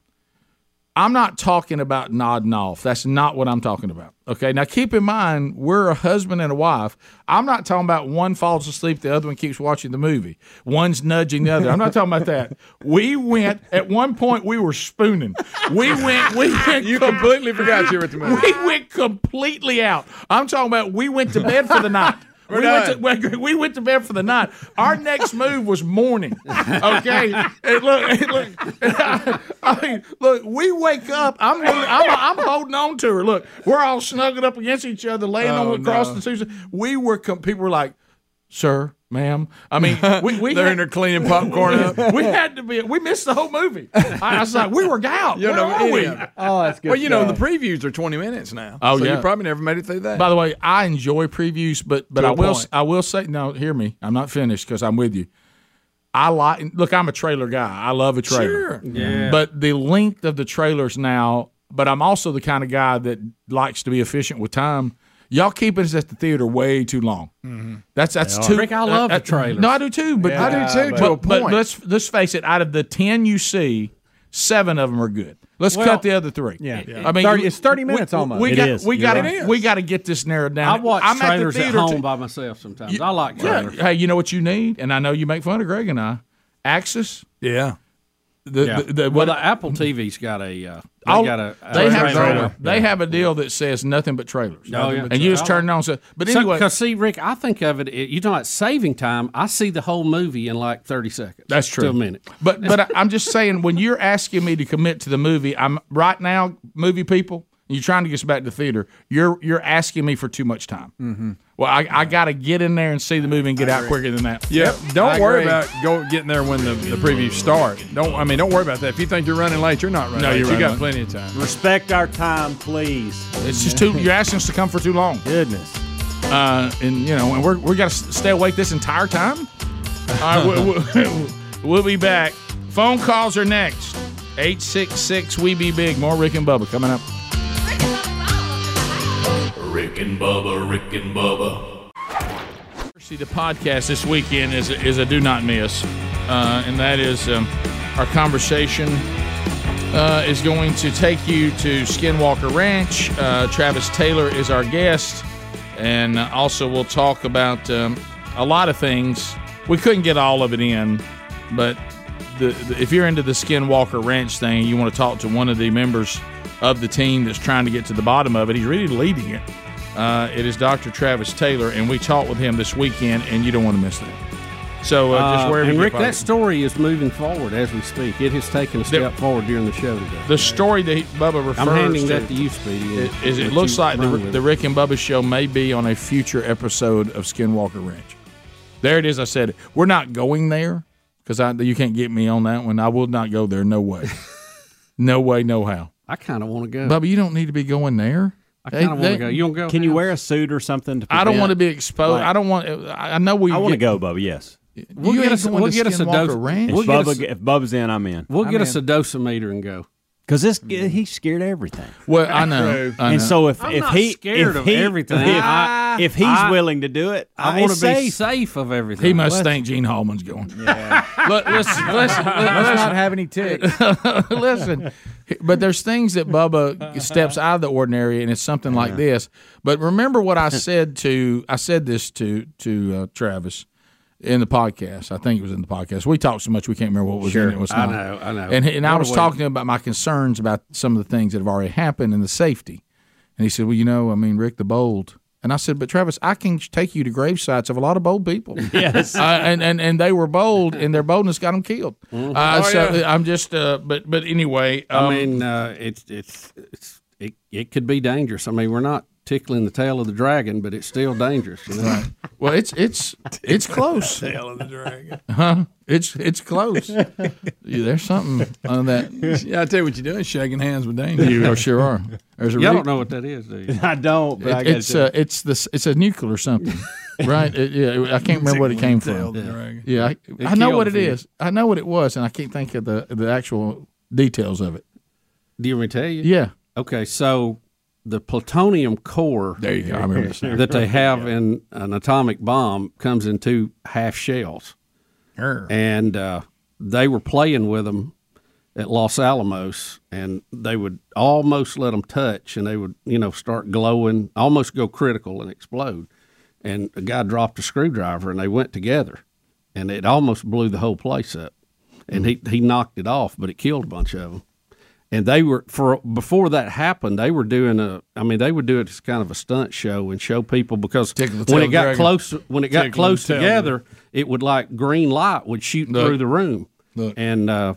[SPEAKER 1] I'm not talking about nodding off. That's not what I'm talking about. Okay. Now keep in mind, we're a husband and a wife. I'm not talking about one falls asleep, the other one keeps watching the movie. One's nudging the other. I'm not talking about that. We went at one point we were spooning. We went we went You completely
[SPEAKER 4] forgot you were at the movie.
[SPEAKER 1] We went completely out. I'm talking about we went to bed for the night. we, went to, we went to bed for the night. Our next move was morning. Okay, and look, and look. I, mean, look. We wake up. I'm, I'm, I'm holding on to her. Look, we're all snuggled up against each other, laying
[SPEAKER 4] Oh,
[SPEAKER 1] on across
[SPEAKER 4] no.
[SPEAKER 1] the Susan. We were. Com- people were like, "Sir, ma'am." I mean, we, we
[SPEAKER 4] They're in there cleaning popcorn up.
[SPEAKER 1] We had to be. We missed the whole movie. I, I was like, "We were out.
[SPEAKER 4] You
[SPEAKER 1] Where
[SPEAKER 4] know,
[SPEAKER 1] are we?"
[SPEAKER 4] anyhow.
[SPEAKER 1] Oh, that's
[SPEAKER 4] well, you know, the previews are 20 minutes now.
[SPEAKER 1] Oh,
[SPEAKER 4] so
[SPEAKER 1] yeah.
[SPEAKER 4] You probably never made it through that.
[SPEAKER 1] By the way, I enjoy previews, but but
[SPEAKER 4] To
[SPEAKER 1] I
[SPEAKER 4] a
[SPEAKER 1] will
[SPEAKER 4] point.
[SPEAKER 1] I will say now. Hear me. I'm not finished because I'm with you. I like look. I'm a trailer guy. I love a trailer.
[SPEAKER 4] Sure. Yeah.
[SPEAKER 1] But the length of the trailers now. But I'm also the kind of guy that likes to be efficient with time. Y'all keeping us at the theater way too long. That's that's
[SPEAKER 4] They are.
[SPEAKER 1] too. uh,
[SPEAKER 4] Rick, I love the trailers.
[SPEAKER 1] No, I do too. But
[SPEAKER 4] Mm-hmm. Yeah, I do too,
[SPEAKER 1] But,
[SPEAKER 4] to a
[SPEAKER 1] but
[SPEAKER 4] point.
[SPEAKER 1] let's let's face it. Out of the ten you see, seven of them are good. Let's
[SPEAKER 4] Well,
[SPEAKER 1] cut the other three.
[SPEAKER 4] yeah. Yeah.
[SPEAKER 1] I mean,
[SPEAKER 4] 30
[SPEAKER 1] we-
[SPEAKER 4] it's 30
[SPEAKER 1] we-
[SPEAKER 4] minutes
[SPEAKER 1] we-
[SPEAKER 4] almost.
[SPEAKER 1] We
[SPEAKER 4] It
[SPEAKER 1] got
[SPEAKER 4] is.
[SPEAKER 1] we
[SPEAKER 4] You're
[SPEAKER 1] got
[SPEAKER 4] right.
[SPEAKER 1] it. We got to get this narrowed down.
[SPEAKER 2] I watch
[SPEAKER 1] I'm at the
[SPEAKER 2] trailers at,
[SPEAKER 1] theater
[SPEAKER 2] home
[SPEAKER 1] to-
[SPEAKER 2] by myself sometimes. I like
[SPEAKER 1] Yeah.
[SPEAKER 2] trailers.
[SPEAKER 1] Hey, you know what you need? And I know you make fun of Greg and I. Axis.
[SPEAKER 4] Yeah.
[SPEAKER 1] The,
[SPEAKER 2] Yeah.
[SPEAKER 1] the, the,
[SPEAKER 2] well, the Apple TV's got a uh, they
[SPEAKER 1] all-
[SPEAKER 2] got a, a
[SPEAKER 1] they have
[SPEAKER 2] trailer.
[SPEAKER 1] they have a deal that says nothing but trailers.
[SPEAKER 2] Oh, yeah.
[SPEAKER 1] And you just turn it on. So, but anyway,
[SPEAKER 2] because see, Rick, I think of it. it- You know, it's saving time. I see the whole movie in like thirty seconds.
[SPEAKER 1] That's true.
[SPEAKER 2] To a minute.
[SPEAKER 1] But but I, I'm just saying, when you're asking me to commit to the movie, I'm right now, movie people. You're trying to get us back to the theater. You're you're asking me for too much time. Mm-hmm. Well, I, I got to get in there and see the movie and get out quicker than that.
[SPEAKER 4] Yeah,
[SPEAKER 1] I
[SPEAKER 4] don't worry
[SPEAKER 1] agree.
[SPEAKER 4] about go getting there when the, the previews start. Don't I mean don't worry about that. If you think you're running late, you're not running.
[SPEAKER 1] No,
[SPEAKER 4] late.
[SPEAKER 1] you're
[SPEAKER 4] you got
[SPEAKER 1] running
[SPEAKER 4] plenty of time.
[SPEAKER 7] Respect our time, please.
[SPEAKER 1] It's just too. You're asking us to come for too long.
[SPEAKER 7] Goodness.
[SPEAKER 1] Uh, and you know, and we're we got to stay awake this entire time. All right, we'll, we'll, we'll be back. Phone calls are next. Eight six six. We be big. More Rick and Bubba coming up.
[SPEAKER 5] Rick and Bubba, Rick and Bubba.
[SPEAKER 1] See, the podcast this weekend is a, is a do not miss, uh, and that is um, our conversation uh, is going to take you to Skinwalker Ranch. Uh, Travis Taylor is our guest, and uh, also we'll talk about um, a lot of things. We couldn't get all of it in, but the, the, if you're into the Skinwalker Ranch thing, you want to talk to one of the members of the team that's trying to get to the bottom of it. He's really leading it. Uh, it is Dr. Travis Taylor, and we talked with him this weekend, and you don't want to miss that. So uh, just
[SPEAKER 2] Uh,
[SPEAKER 1] wherever
[SPEAKER 2] and
[SPEAKER 1] you
[SPEAKER 2] Rick,
[SPEAKER 1] find
[SPEAKER 2] that
[SPEAKER 1] it.
[SPEAKER 2] story is moving forward as we speak. It has taken a step forward during the show today.
[SPEAKER 1] the story that he- Bubba refers
[SPEAKER 2] I'm handing
[SPEAKER 1] to,
[SPEAKER 2] that to you, Speedy.
[SPEAKER 1] is, is it
[SPEAKER 2] Let
[SPEAKER 1] looks
[SPEAKER 2] you
[SPEAKER 1] like the,
[SPEAKER 2] run with
[SPEAKER 1] the
[SPEAKER 2] it.
[SPEAKER 1] Rick and Bubba show may be on a future episode of Skinwalker Ranch. There it is. I said it. we're not going there because you can't get me on that one. I will not go there. No way. no way. No how.
[SPEAKER 2] I kind of want to go.
[SPEAKER 1] Bubba, you don't need to be going there.
[SPEAKER 2] I
[SPEAKER 1] They-
[SPEAKER 2] kind of want
[SPEAKER 1] they-
[SPEAKER 2] to go. You don't go.
[SPEAKER 7] Can you wear a suit or something? To
[SPEAKER 1] I don't
[SPEAKER 7] prevent-
[SPEAKER 1] want to be exposed.
[SPEAKER 7] Like-
[SPEAKER 1] I don't want. I I know we.
[SPEAKER 7] I want to go, Bubba. Yes.
[SPEAKER 2] We'll
[SPEAKER 1] You
[SPEAKER 2] get
[SPEAKER 1] ain't
[SPEAKER 2] us.
[SPEAKER 1] going
[SPEAKER 2] We'll
[SPEAKER 1] to
[SPEAKER 2] get us a
[SPEAKER 1] Skinwalker
[SPEAKER 2] dose.
[SPEAKER 1] Ranch.
[SPEAKER 7] If,
[SPEAKER 2] We'll get
[SPEAKER 7] Bubba,
[SPEAKER 2] us.
[SPEAKER 7] g- if Bubba's in, I'm in.
[SPEAKER 2] We'll get us a dosimeter and go.
[SPEAKER 7] Because this he scared everything.
[SPEAKER 1] Well, I know. I
[SPEAKER 7] and
[SPEAKER 1] know.
[SPEAKER 7] so if
[SPEAKER 2] I'm
[SPEAKER 7] if
[SPEAKER 2] not
[SPEAKER 7] he
[SPEAKER 2] scared
[SPEAKER 7] if
[SPEAKER 2] of
[SPEAKER 7] he,
[SPEAKER 2] everything.
[SPEAKER 7] if,
[SPEAKER 2] I-
[SPEAKER 7] if he's
[SPEAKER 2] I-
[SPEAKER 7] willing to do it,
[SPEAKER 2] I
[SPEAKER 7] want
[SPEAKER 2] want to be safe of everything.
[SPEAKER 1] he must
[SPEAKER 7] What?
[SPEAKER 1] think Gene Hallman's going. Let, us let's,
[SPEAKER 3] Let's not have any ticks.
[SPEAKER 1] listen, but there's things that Bubba steps out of the ordinary, and it's something like this. But remember what I said to I said this to to uh, Travis in the podcast. I think it was in the podcast. We talked so much we can't remember what was in it. What's
[SPEAKER 2] I
[SPEAKER 1] not.
[SPEAKER 2] know, I know.
[SPEAKER 1] And and I
[SPEAKER 2] What a
[SPEAKER 1] was
[SPEAKER 2] way-
[SPEAKER 1] talking to him about my concerns about some of the things that have already happened and the safety. And he said, "Well, you know, I mean, Rick the Bold." And I said, "But Travis, I can take you to grave sites of a lot of bold people."
[SPEAKER 7] Yes.
[SPEAKER 1] uh, and, and and they were bold, and their boldness got them killed. Uh,
[SPEAKER 2] Oh,
[SPEAKER 1] so
[SPEAKER 2] yeah.
[SPEAKER 1] I'm just, uh, but but anyway, um,
[SPEAKER 2] I mean, uh, it's it's it's it, it could be dangerous. I mean, we're not tickling the tail of the dragon, but it's still dangerous. You know?
[SPEAKER 1] well, it's it's it's close,
[SPEAKER 4] Tail of the dragon.
[SPEAKER 1] huh? It's it's close. Yeah, There's something on that.
[SPEAKER 4] yeah, I tell you what you're doing, shaking hands with Daniel.
[SPEAKER 1] You sure are. There's a
[SPEAKER 2] Y'all
[SPEAKER 1] re-
[SPEAKER 2] don't know what that is, do you?
[SPEAKER 7] I don't. But I
[SPEAKER 1] It,
[SPEAKER 7] gotta
[SPEAKER 1] it's
[SPEAKER 7] tell you.
[SPEAKER 1] uh, it's this it's a nuclear something, right? It- yeah, I can't remember what it came
[SPEAKER 4] Tail
[SPEAKER 1] from.
[SPEAKER 4] of the dragon.
[SPEAKER 1] Yeah, I,
[SPEAKER 2] It
[SPEAKER 1] I know
[SPEAKER 2] killed
[SPEAKER 1] what it
[SPEAKER 2] you.
[SPEAKER 1] is. I know what it was, and I can't think of the the actual details of it.
[SPEAKER 2] Do you want me to tell you?
[SPEAKER 1] Yeah,
[SPEAKER 2] Okay, so the plutonium core
[SPEAKER 1] there you go. I remember this. now.
[SPEAKER 2] that they have in an atomic bomb comes in two half shells,
[SPEAKER 4] Err.
[SPEAKER 2] and uh, they were playing with them at Los Alamos, and they would almost let them touch, and they would you know start glowing, almost go critical and explode. And a guy dropped a screwdriver, and they went together, and it almost blew the whole place up. And he he knocked it off, but it killed a bunch of them. and they were for before that happened. They were doing a, I mean, they would do it as kind of a stunt show and show people because when it
[SPEAKER 4] tail
[SPEAKER 2] got
[SPEAKER 4] dragon.
[SPEAKER 2] close, when it got
[SPEAKER 4] Tickle
[SPEAKER 2] close
[SPEAKER 4] the tail
[SPEAKER 2] together, it would like green light would shoot
[SPEAKER 4] Look.
[SPEAKER 2] through the room, and uh,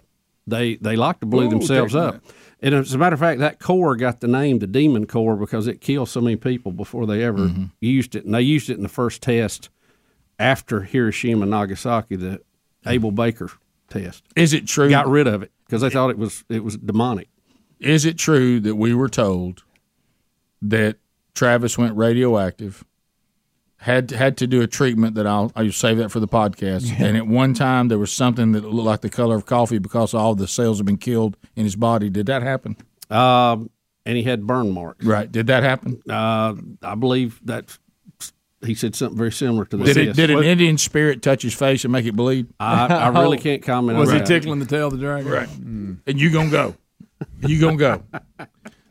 [SPEAKER 2] they they like to blow
[SPEAKER 4] Ooh,
[SPEAKER 2] themselves
[SPEAKER 4] taking
[SPEAKER 2] up. And as a matter of fact, that core got the name the Demon Core because it killed so many people before they ever used it, and they used it in the first test after Hiroshima and Nagasaki, the Abel Baker test.
[SPEAKER 1] Is it true?
[SPEAKER 2] Got rid of it because they thought it was it was demonic.
[SPEAKER 1] Is it true that we were told that Travis went radioactive, had had to do a treatment that I'll I'll save that for the podcast. And at one time there was something that looked like the color of coffee because all the cells had been killed in his body. Did that happen?
[SPEAKER 2] Um, and he had burn marks.
[SPEAKER 1] Right. Did that happen?
[SPEAKER 2] Uh, I believe that he said something very similar to this.
[SPEAKER 1] Did it, did an Indian spirit touch his face and make it bleed?
[SPEAKER 2] I, I really can't comment
[SPEAKER 4] Was
[SPEAKER 2] on
[SPEAKER 4] he
[SPEAKER 2] that.
[SPEAKER 4] tickling the tail of the dragon?
[SPEAKER 1] Right.
[SPEAKER 7] Mm.
[SPEAKER 1] And you gonna go? You gonna go?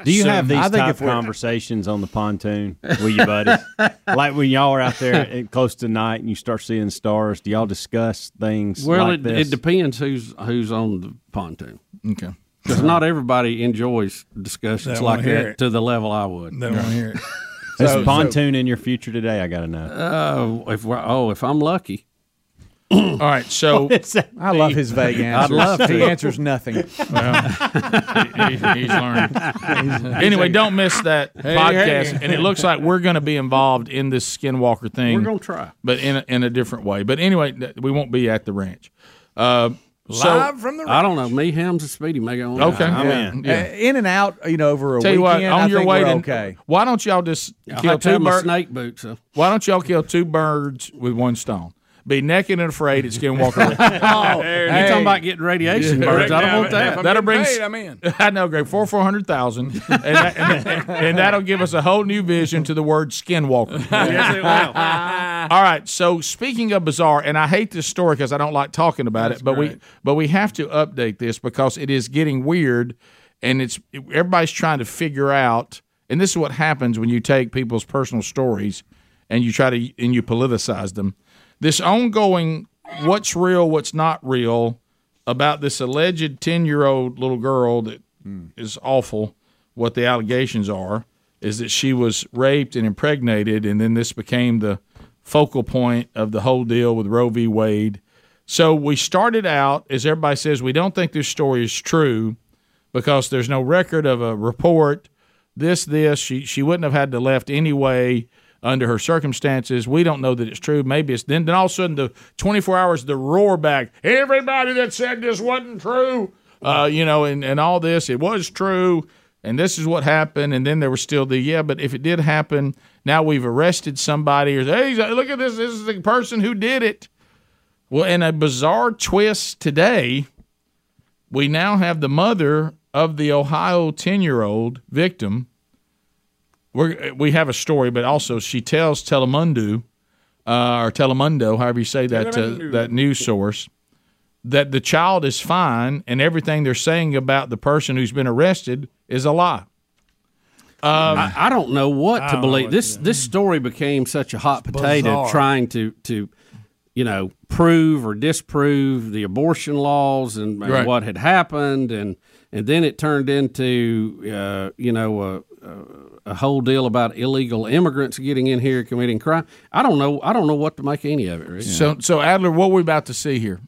[SPEAKER 7] Do you
[SPEAKER 1] So-
[SPEAKER 7] have these
[SPEAKER 1] I think
[SPEAKER 7] type
[SPEAKER 1] if we're-
[SPEAKER 7] conversations on the pontoon with your buddies? like when y'all are out there at close to night and you start seeing stars, do y'all discuss things
[SPEAKER 2] Well,
[SPEAKER 7] like
[SPEAKER 2] it,
[SPEAKER 7] this?
[SPEAKER 2] it depends who's who's on the pontoon.
[SPEAKER 1] Okay.
[SPEAKER 2] Because not everybody enjoys discussions
[SPEAKER 7] Uh-huh. They wanna
[SPEAKER 2] like
[SPEAKER 7] hear
[SPEAKER 2] that
[SPEAKER 7] it.
[SPEAKER 2] to the level I would.
[SPEAKER 7] They wanna hear it. Is pontoon in your future today? I got to know.
[SPEAKER 2] Oh, if we're, oh, if I'm lucky.
[SPEAKER 1] All right, so
[SPEAKER 3] I love his vague answers.
[SPEAKER 2] I'd love to.
[SPEAKER 3] He answers nothing.
[SPEAKER 1] Well, he- he's, he's learned. anyway, don't miss that
[SPEAKER 3] Hey,
[SPEAKER 1] podcast.
[SPEAKER 3] hey.
[SPEAKER 1] And it looks like we're going to be involved in this Skinwalker thing.
[SPEAKER 2] We're gonna try.
[SPEAKER 1] but in a, in a different way. But anyway, th- we won't be at the ranch. Uh, so-
[SPEAKER 3] Live from the
[SPEAKER 2] I don't know. Me, Hams, and Speedy may go on.
[SPEAKER 1] Okay.
[SPEAKER 2] I'm
[SPEAKER 1] Yeah.
[SPEAKER 2] in.
[SPEAKER 1] Yeah.
[SPEAKER 3] Uh, in and out, you know, over a
[SPEAKER 1] Tell you
[SPEAKER 3] weekend.
[SPEAKER 1] what, on
[SPEAKER 3] I
[SPEAKER 1] your
[SPEAKER 3] think
[SPEAKER 1] way
[SPEAKER 3] we're
[SPEAKER 1] to
[SPEAKER 3] okay.
[SPEAKER 1] why don't y'all just
[SPEAKER 2] I
[SPEAKER 1] kill
[SPEAKER 2] had to
[SPEAKER 1] two
[SPEAKER 2] have my
[SPEAKER 1] birds?
[SPEAKER 2] snake boots. So.
[SPEAKER 1] Why don't y'all kill two birds with one stone? Be naked and afraid at Skinwalker. Ranch.
[SPEAKER 2] Oh, you're talking about getting radiation burns. I don't want that.
[SPEAKER 1] That'll bring.
[SPEAKER 4] I'm in.
[SPEAKER 1] I know, Greg. Four four hundred thousand, and, that, and, and that'll give us a whole new vision to the word skinwalker. All right. So speaking of bizarre, and I hate this story because I don't like talking about it, but we but we have to update this because it is getting weird, and it's everybody's trying to figure out. And this is what happens when you take people's personal stories and you try to and you politicize them. This ongoing what's real, what's not real about this alleged 10 year old little girl that is awful. What the allegations are is that she was raped and impregnated, and then this became the focal point of the whole deal with Roe v. Wade. So we started out, as everybody says, we don't think this story is true because there's no record of a report. This, this, she she wouldn't have had to left anyway under her circumstances. We don't know that it's true. Maybe it's then. Then all of a sudden, the 24 hours, the roar back. Everybody that said this wasn't true, uh, you know, and and all this, it was true. And this is what happened. And then there was still the yeah, but if it did happen, now we've arrested somebody. Or hey, look at this. This is the person who did it. Well, in a bizarre twist today, we now have the mother of the Ohio 10 year old victim. We're, we have a story, but also she tells Telemundo, uh, or Telemundo, however you say that, uh,
[SPEAKER 4] Telemundo.
[SPEAKER 1] that news source, that the child is fine and everything they're saying about the person who's been arrested is a lie.
[SPEAKER 2] I, I don't know what
[SPEAKER 1] Um, I
[SPEAKER 2] to
[SPEAKER 1] don't know
[SPEAKER 2] believe.
[SPEAKER 1] what
[SPEAKER 2] This this story became such a hot potato,
[SPEAKER 1] bizarre.
[SPEAKER 2] trying to to you know prove or disprove the abortion laws and, and
[SPEAKER 1] Right.
[SPEAKER 2] what had happened, and and then it turned into uh, you know a, a, a whole deal about illegal immigrants getting in here committing crime. I don't know. I don't know what to make of any of it. Rick.
[SPEAKER 1] So, so Adler, what are we about to see here?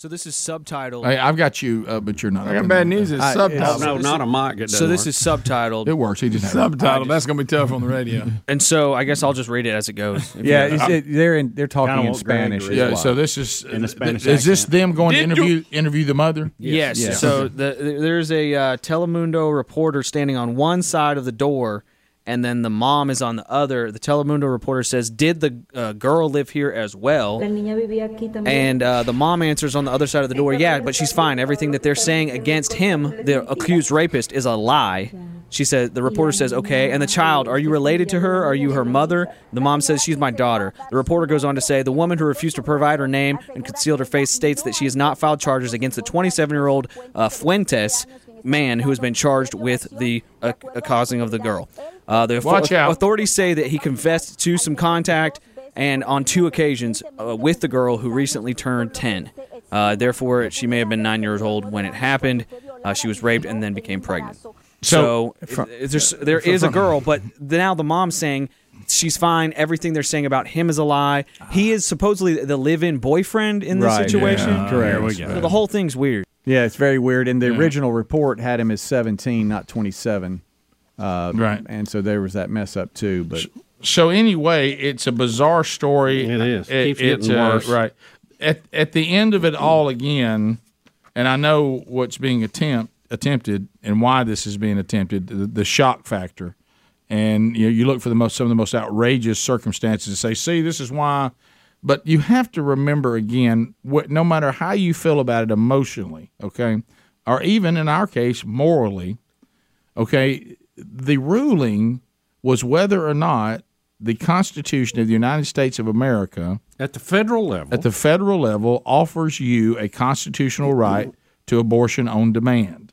[SPEAKER 6] So this is subtitled.
[SPEAKER 1] Hey, I've got you, uh, but you're not.
[SPEAKER 6] I
[SPEAKER 1] up
[SPEAKER 6] got
[SPEAKER 1] in
[SPEAKER 6] bad
[SPEAKER 1] there.
[SPEAKER 6] news, it's I- subtitled.
[SPEAKER 2] No,
[SPEAKER 6] This
[SPEAKER 2] not
[SPEAKER 6] is-
[SPEAKER 2] a mic. It
[SPEAKER 6] so
[SPEAKER 2] doesn't
[SPEAKER 6] this
[SPEAKER 2] work.
[SPEAKER 6] is subtitled.
[SPEAKER 1] It works. He just
[SPEAKER 4] Subtitle. That's gonna be tough on the radio.
[SPEAKER 6] And so I guess I'll just read it as it goes. if
[SPEAKER 3] Yeah,
[SPEAKER 6] you-
[SPEAKER 3] it's, it, they're in, they're talking in Spanish. as
[SPEAKER 1] Yeah.
[SPEAKER 3] well.
[SPEAKER 1] So this is uh,
[SPEAKER 3] In a Spanish
[SPEAKER 1] Is this
[SPEAKER 3] accent.
[SPEAKER 1] them going to interview interview the mother?
[SPEAKER 6] Yes. So the, there's a uh, Telemundo reporter standing on one side of the door, and then the mom is on the other. The Telemundo reporter says, "Did the uh, girl live here as well?"
[SPEAKER 14] La niña vivía aquí también.
[SPEAKER 6] And uh, the mom answers on the other side of the door, yeah, but she's fine. Everything that they're saying against him, the accused rapist, is a lie. She said, the reporter says, okay. And the child, are you related to her? Are you her mother? The mom says, she's my daughter. The reporter goes on to say, the woman who refused to provide her name and concealed her face states that she has not filed charges against the 27 year old uh, Fuentes man who has been charged with the uh, uh, causing of the girl. Uh, the
[SPEAKER 1] Watch out.
[SPEAKER 6] authorities say that he confessed to some contact and on two occasions uh, with the girl who recently turned 10. Uh, therefore, she may have been nine years old when it happened. Uh, she was raped and then became pregnant.
[SPEAKER 15] So-
[SPEAKER 6] So, if- there's, there is a girl, but now the mom's saying she's fine. Everything they're saying about him is a lie. He is supposedly the live-in boyfriend in this
[SPEAKER 3] Right,
[SPEAKER 6] situation.
[SPEAKER 3] yeah, correct. There we go.
[SPEAKER 6] So the whole thing's weird.
[SPEAKER 3] Yeah, it's very weird. And the
[SPEAKER 6] Yeah.
[SPEAKER 3] original report had him as 17, not 27. Uh,
[SPEAKER 1] Right.
[SPEAKER 3] And so there was that mess up too. But
[SPEAKER 1] So anyway, it's a bizarre story. It
[SPEAKER 3] is. Keeps getting
[SPEAKER 1] it's, uh,
[SPEAKER 3] worse.
[SPEAKER 1] Right. At at the end of it all again, and I know what's being attempt attempted and why this is being attempted. The, the shock factor, and you know, you look for the most some of the most outrageous circumstances and say, "See, this is why." But you have to remember again, what no matter how you feel about it emotionally, okay, or even in our case morally, okay, the ruling was whether or not the Constitution of the United States of America
[SPEAKER 2] at the federal level
[SPEAKER 1] at the federal level offers you a constitutional right to abortion on demand.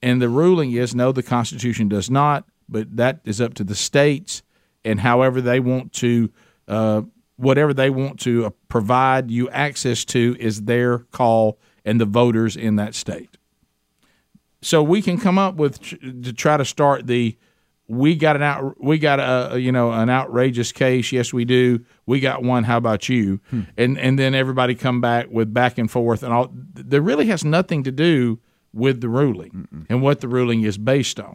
[SPEAKER 1] And the ruling is no, the Constitution does not, but that is up to the states and however they want to, uh, whatever they want to uh, provide you access to is their call and the voters in that state. So we can come up with tr- to try to start the we got an out we got a you know an outrageous case yes we do we got one how about you and and then everybody come back with back and forth and all there really has nothing to do with the ruling and what the ruling is based on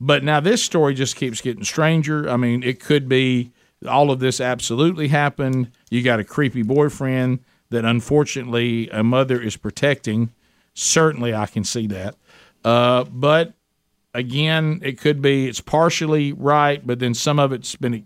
[SPEAKER 1] but now this story just keeps getting stranger i mean it could be all of this absolutely happened you got a creepy boyfriend that unfortunately a mother is protecting certainly i can see that uh, but again, it could be it's partially right, but then some of it's been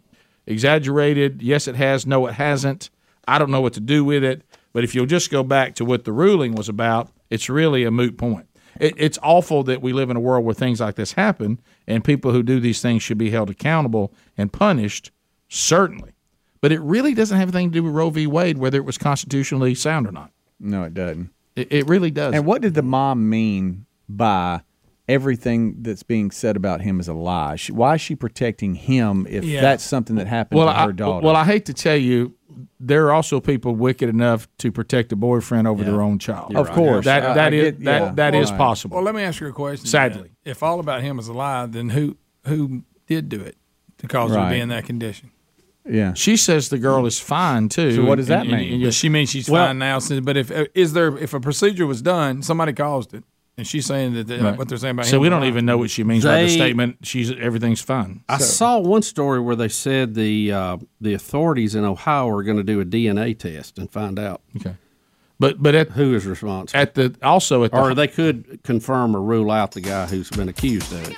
[SPEAKER 1] exaggerated. Yes, it has. No, it hasn't. I don't know what to do with it. But if you'll just go back to what the ruling was about, it's really a moot point. It, it's awful that we live in a world where things like this happen, and people who do these things should be held accountable and punished, certainly. But it really doesn't have anything to do with Roe v. Wade, whether it was constitutionally sound or not.
[SPEAKER 3] no, it doesn't.
[SPEAKER 1] It, it really does.
[SPEAKER 3] And what did the mom mean by everything that's being said about him is a lie? She, why is she protecting him if
[SPEAKER 1] Yeah.
[SPEAKER 3] that's something that happened
[SPEAKER 1] well,
[SPEAKER 3] to her
[SPEAKER 1] I,
[SPEAKER 3] daughter?
[SPEAKER 1] Well, I hate to tell you, there are also people wicked enough to protect a boyfriend over their own child.
[SPEAKER 3] Of course. I-
[SPEAKER 1] that that
[SPEAKER 3] I
[SPEAKER 1] is
[SPEAKER 3] get- yeah.
[SPEAKER 1] that that is
[SPEAKER 4] Well,
[SPEAKER 1] possible.
[SPEAKER 4] Well, let me ask you a question.
[SPEAKER 1] Sadly.
[SPEAKER 4] if all about him is a lie, then who who did do it to cause her to
[SPEAKER 1] Right.
[SPEAKER 4] be in that condition?
[SPEAKER 3] Yeah,
[SPEAKER 1] she says the girl is fine too.
[SPEAKER 4] So what does that
[SPEAKER 1] And- and-
[SPEAKER 4] mean?
[SPEAKER 1] and- yeah,
[SPEAKER 4] she means she's
[SPEAKER 1] Well-
[SPEAKER 4] fine now. since- But if uh, is there if a procedure was done, somebody caused it, and she's saying that that
[SPEAKER 1] Right.
[SPEAKER 4] what they're saying about
[SPEAKER 1] So
[SPEAKER 4] him
[SPEAKER 1] we
[SPEAKER 4] is a
[SPEAKER 1] don't
[SPEAKER 4] lie.
[SPEAKER 1] even know what she means by the
[SPEAKER 2] They-
[SPEAKER 1] statement. She's everything's fine.
[SPEAKER 2] I
[SPEAKER 1] So-
[SPEAKER 2] saw one story where they said the uh, the authorities in Ohio are going to do a DNA test and find out.
[SPEAKER 1] Okay, but but at
[SPEAKER 2] who is responsible
[SPEAKER 1] at the also at the-
[SPEAKER 2] or they could confirm or rule out the guy who's been accused of it.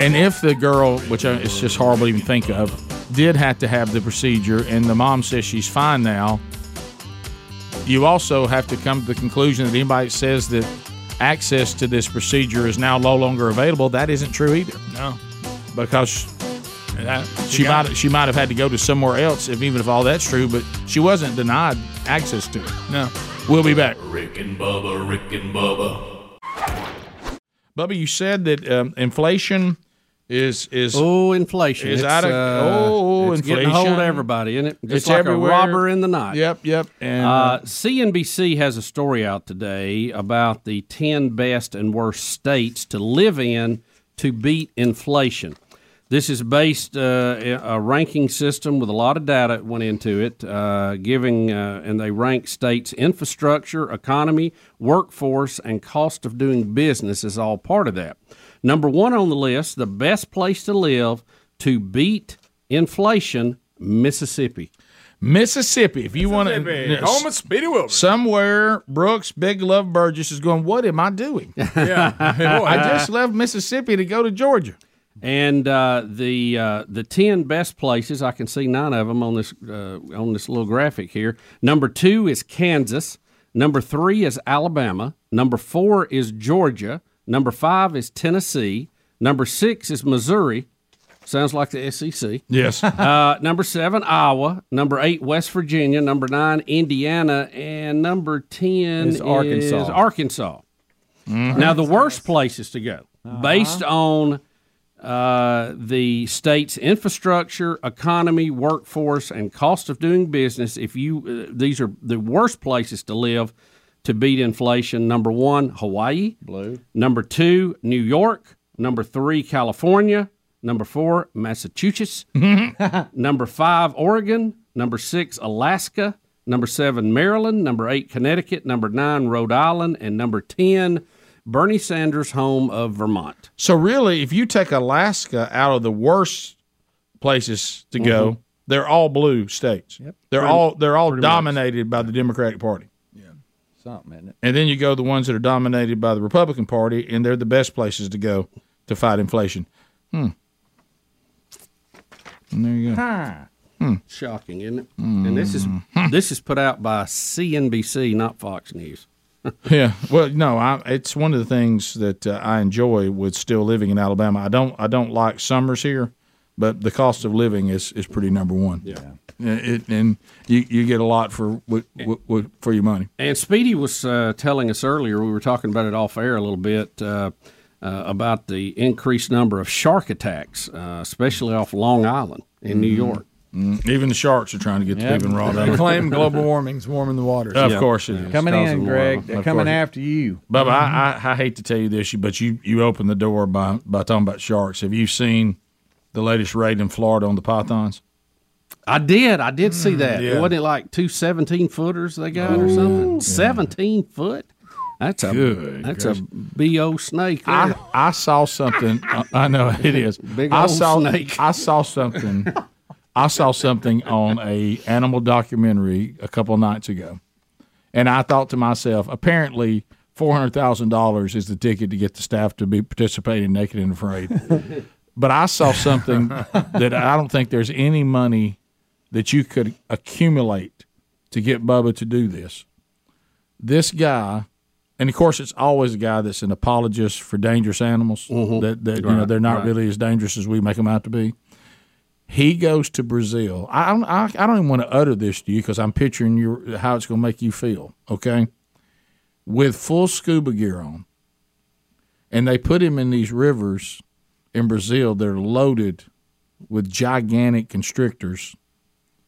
[SPEAKER 1] And if the girl, which I- it's just horrible to even think of, did have to have the procedure and the mom says she's fine now, you also have to come to the conclusion that anybody that says that access to this procedure is now no longer available, that isn't true either.
[SPEAKER 4] No.
[SPEAKER 1] Because
[SPEAKER 4] That-
[SPEAKER 1] she
[SPEAKER 4] got
[SPEAKER 1] might she might have had to go to somewhere else if even if all that's true, but she wasn't denied access to it. No. We'll be back.
[SPEAKER 5] Rick and Bubba, Rick and Bubba.
[SPEAKER 1] Bubba, you said that um, inflation is is
[SPEAKER 2] Oh, inflation!
[SPEAKER 1] is
[SPEAKER 2] it's,
[SPEAKER 1] out of
[SPEAKER 2] uh,
[SPEAKER 1] oh
[SPEAKER 2] it's
[SPEAKER 1] inflation
[SPEAKER 2] getting a hold of everybody, isn't it? Just
[SPEAKER 1] It's
[SPEAKER 2] like
[SPEAKER 1] everywhere.
[SPEAKER 2] a robber in the night.
[SPEAKER 1] Yep, yep. And
[SPEAKER 2] uh, CNBC has a story out today about the ten best and worst states to live in to beat inflation. This is based uh, a ranking system with a lot of data that went into it, uh, giving uh, and they rank states' infrastructure, economy, workforce, and cost of doing business is all part of that. Number one on the list, the best place to live to beat inflation, Mississippi.
[SPEAKER 1] Mississippi, if you want to,
[SPEAKER 4] Home of Speedy Wilbur.
[SPEAKER 1] Somewhere, Brooks Big Love Burgess is going. What am I doing?
[SPEAKER 2] Yeah.
[SPEAKER 1] I just left Mississippi to go to Georgia.
[SPEAKER 2] And uh, the uh, the ten best places I can see nine of them on this uh, on this little graphic here. Number two is Kansas. Number three is Alabama. Number four is Georgia. Number five is Tennessee. Number six is Missouri. Sounds like the E SEC.
[SPEAKER 1] Yes.
[SPEAKER 2] uh, number seven, Iowa. Number eight, West Virginia. Number nine, Indiana. And number ten
[SPEAKER 3] Is Arkansas.
[SPEAKER 2] is Arkansas. Now, the worst places to go based on uh, the state's infrastructure, economy, workforce, and cost of doing business. If you, uh, these are the worst places to live to beat inflation. Number one, Hawaii. Blue. Number two, New York. Number three, California. Number four, Massachusetts. Number five, Oregon. Number six, Alaska. Number seven, Maryland. Number eight, Connecticut. Number nine, Rhode Island. And number 10, Bernie Sanders' home of Vermont.
[SPEAKER 1] So really, if you take Alaska out of the worst places to
[SPEAKER 2] Mhm.
[SPEAKER 1] go, they're all blue states. They're
[SPEAKER 3] Mm-hmm. Pretty-
[SPEAKER 1] all they're all
[SPEAKER 3] pretty much.
[SPEAKER 1] dominated by the Democratic Party.
[SPEAKER 3] Something, isn't it?
[SPEAKER 1] And then you go the ones that are dominated by the Republican Party, and they're the best places to go to fight inflation. Hmm. And there you go.
[SPEAKER 2] Shocking, isn't it? And this is this is put out by CNBC, not Fox News.
[SPEAKER 1] Yeah. Well, no, I, it's one of the things that uh, I enjoy with still living in Alabama. I don't I don't like summers here, but the cost of living is, is pretty number one. Yeah. It, and you, you get a lot for what, what, what, for your money.
[SPEAKER 2] And Speedy was uh, telling us earlier, we were talking about it off air a little bit, uh, uh, about the increased number of shark attacks, uh, especially off Long Island in New
[SPEAKER 1] Mhm.
[SPEAKER 2] York.
[SPEAKER 1] Even the sharks are trying to get the people in raw
[SPEAKER 4] They
[SPEAKER 1] down.
[SPEAKER 4] claim global warming's warming the waters.
[SPEAKER 1] Of course it is.
[SPEAKER 3] Coming in, Greg. They're coming after you.
[SPEAKER 1] Bubba, I, I, I hate to tell you this, you- but you, you opened the door by, by talking about sharks. Have you seen the latest raid in Florida on the pythons?
[SPEAKER 2] I did. I did see that.
[SPEAKER 1] Mm, yeah.
[SPEAKER 2] Wasn't it like two 17 footers they got or something? 17 foot? That's a
[SPEAKER 1] Good
[SPEAKER 2] that's
[SPEAKER 1] gracious.
[SPEAKER 2] a bo snake. there.
[SPEAKER 1] I, I saw something. I, I know it is.
[SPEAKER 2] Big
[SPEAKER 1] I
[SPEAKER 2] old
[SPEAKER 1] saw,
[SPEAKER 2] snake.
[SPEAKER 1] I saw something. I saw something on a animal documentary a couple nights ago, and I thought to myself, apparently. Four hundred thousand dollars is the ticket to get the staff to be participating naked and afraid. but I saw something that I don't think there's any money that you could accumulate to get Bubba to do this. This guy, and of course, it's always a guy that's an apologist for dangerous animals that, that you know
[SPEAKER 3] Mm-hmm. Right,
[SPEAKER 1] they're not
[SPEAKER 3] right.
[SPEAKER 1] really as dangerous as we make them out to be. He goes to Brazil. I I don't, I, I don't even want to utter this to you because I'm picturing your how it's going to make you feel. Okay, with full scuba gear on, and they put him in these rivers in Brazil. They're loaded with gigantic constrictors,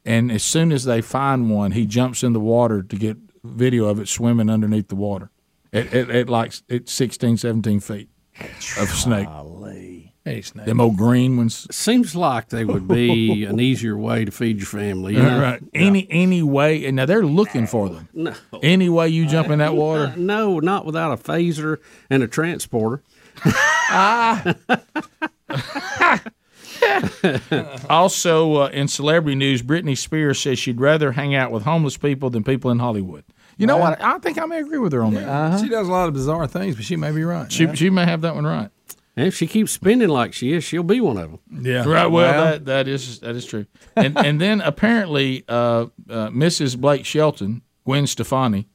[SPEAKER 1] and as soon as they find one, he jumps in the water to get video of it swimming underneath the water at, at, at like at 16, 17 feet of snake.
[SPEAKER 4] Hey, snake.
[SPEAKER 1] Them old green ones.
[SPEAKER 2] Seems like they would be an easier way to feed your family. you know?
[SPEAKER 1] Right. Any any way, and now they're looking for them.
[SPEAKER 2] No.
[SPEAKER 1] Any way you jump in that water.
[SPEAKER 2] No, not without a phaser and a transporter.
[SPEAKER 1] also, uh, in celebrity news, Britney Spears says she'd rather hang out with homeless people than people in Hollywood. You know what? I think I may agree with her on that.
[SPEAKER 2] Uh-huh.
[SPEAKER 4] She does a lot of bizarre things, but she may be right.
[SPEAKER 1] She, she may have that one right.
[SPEAKER 2] And if she keeps spending like she is, she'll be one of them.
[SPEAKER 4] Yeah.
[SPEAKER 1] Right. Well,
[SPEAKER 4] Well-
[SPEAKER 1] that that is that is true. And and then apparently, uh, uh, Mrs. Blake Shelton, Gwen Stefani,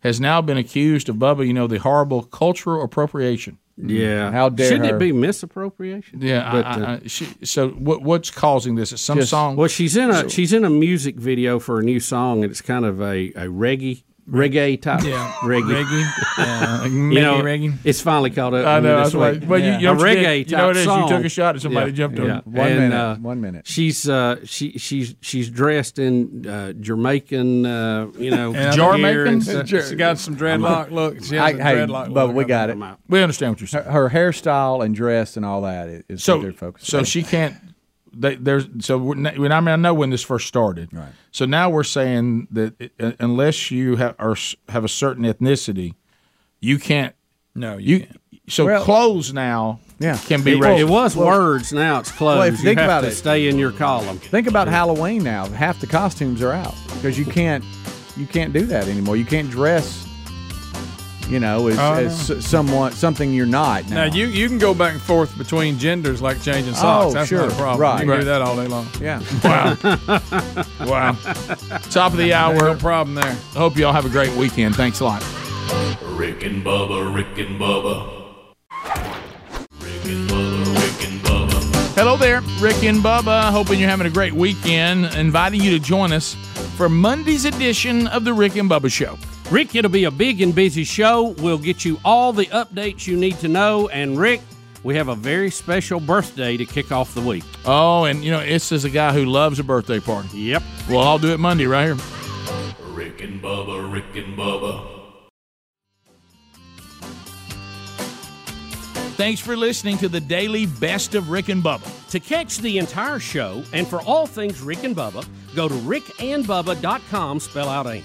[SPEAKER 1] has now been accused of Bubba. You know the horrible cultural appropriation.
[SPEAKER 2] Yeah. Shouldn't it be misappropriation?
[SPEAKER 1] Yeah.
[SPEAKER 2] But,
[SPEAKER 1] I- I-
[SPEAKER 2] uh,
[SPEAKER 1] I- she, so what what's causing this? It's some
[SPEAKER 2] just-
[SPEAKER 1] song.
[SPEAKER 2] Well, she's in a
[SPEAKER 1] So-
[SPEAKER 2] she's in a music video for a new song, and it's kind of a, a reggae reggae type
[SPEAKER 4] Yeah.
[SPEAKER 2] reggae.
[SPEAKER 4] Reggae. Yeah.
[SPEAKER 2] you know,
[SPEAKER 4] Reggae.
[SPEAKER 2] it's finally caught up.
[SPEAKER 1] I
[SPEAKER 2] to me
[SPEAKER 1] know,
[SPEAKER 2] This
[SPEAKER 1] that's why-
[SPEAKER 2] week.
[SPEAKER 1] well, you- you know
[SPEAKER 2] a
[SPEAKER 1] what you did?
[SPEAKER 2] reggae
[SPEAKER 1] You know what
[SPEAKER 2] type
[SPEAKER 1] it is? You
[SPEAKER 2] song.
[SPEAKER 1] took a shot and somebody jumped on it. One
[SPEAKER 2] And,
[SPEAKER 1] minute,
[SPEAKER 2] uh,
[SPEAKER 3] one minute.
[SPEAKER 2] She's uh, she she's she's dressed in uh, Jamaican, uh, you know,
[SPEAKER 4] And I-
[SPEAKER 2] gear and stuff.
[SPEAKER 4] She got some dreadlock look. She has
[SPEAKER 3] I-
[SPEAKER 4] a
[SPEAKER 3] hey,
[SPEAKER 4] dreadlock
[SPEAKER 3] but
[SPEAKER 4] look.
[SPEAKER 3] we got it.
[SPEAKER 1] We understand what you're saying.
[SPEAKER 3] Her, her hairstyle and dress and all that is, is what they're focused
[SPEAKER 1] So
[SPEAKER 3] on.
[SPEAKER 1] she can't. They, there's so we're, not- when I mean I know when this first started. Right. So now we're saying that it, uh, unless you have are, s- have a certain ethnicity, you can't.
[SPEAKER 4] No, you.
[SPEAKER 1] You so clothes now.
[SPEAKER 3] Yeah.
[SPEAKER 1] Can be.
[SPEAKER 2] It-
[SPEAKER 1] racial.
[SPEAKER 2] it was words. Now it's clothes.
[SPEAKER 3] Well, if you
[SPEAKER 2] you
[SPEAKER 3] think
[SPEAKER 2] have
[SPEAKER 3] about
[SPEAKER 2] to
[SPEAKER 3] it-
[SPEAKER 2] stay in your column.
[SPEAKER 3] Think about Halloween now. Half the costumes are out because you can't you can't do that anymore. You can't dress, you know, as,
[SPEAKER 4] Oh,
[SPEAKER 3] as s- somewhat something you're not.
[SPEAKER 4] Now
[SPEAKER 3] Now,
[SPEAKER 4] you you can go back and forth between genders like changing socks.
[SPEAKER 3] Oh,
[SPEAKER 4] That's
[SPEAKER 3] sure.
[SPEAKER 4] not a problem.
[SPEAKER 3] Right.
[SPEAKER 4] You can
[SPEAKER 3] Right.
[SPEAKER 4] do that all day long.
[SPEAKER 3] yeah.
[SPEAKER 1] Wow. wow. Top of the hour.
[SPEAKER 4] No problem there.
[SPEAKER 1] Hope y'all have a great weekend. Thanks a lot.
[SPEAKER 5] Rick and Bubba, Rick and Bubba. Rick and Bubba, Rick and Bubba.
[SPEAKER 1] Hello there, Rick and Bubba. Hoping you're having a great weekend. Inviting you to join us for Monday's edition of the Rick and Bubba Show.
[SPEAKER 2] Rick, it'll be a big and busy show. We'll get you all the updates you need to know. And Rick, we have a very special birthday to kick off the week.
[SPEAKER 1] Oh, and you know, this is a guy who loves a birthday party.
[SPEAKER 2] Yep.
[SPEAKER 1] We'll all do it Monday right here.
[SPEAKER 5] Rick and Bubba, Rick and Bubba.
[SPEAKER 1] Thanks for listening to the daily best of Rick and Bubba.
[SPEAKER 2] To catch the entire show and for all things Rick and Bubba, go to rickandbubba.com, spell out AIM.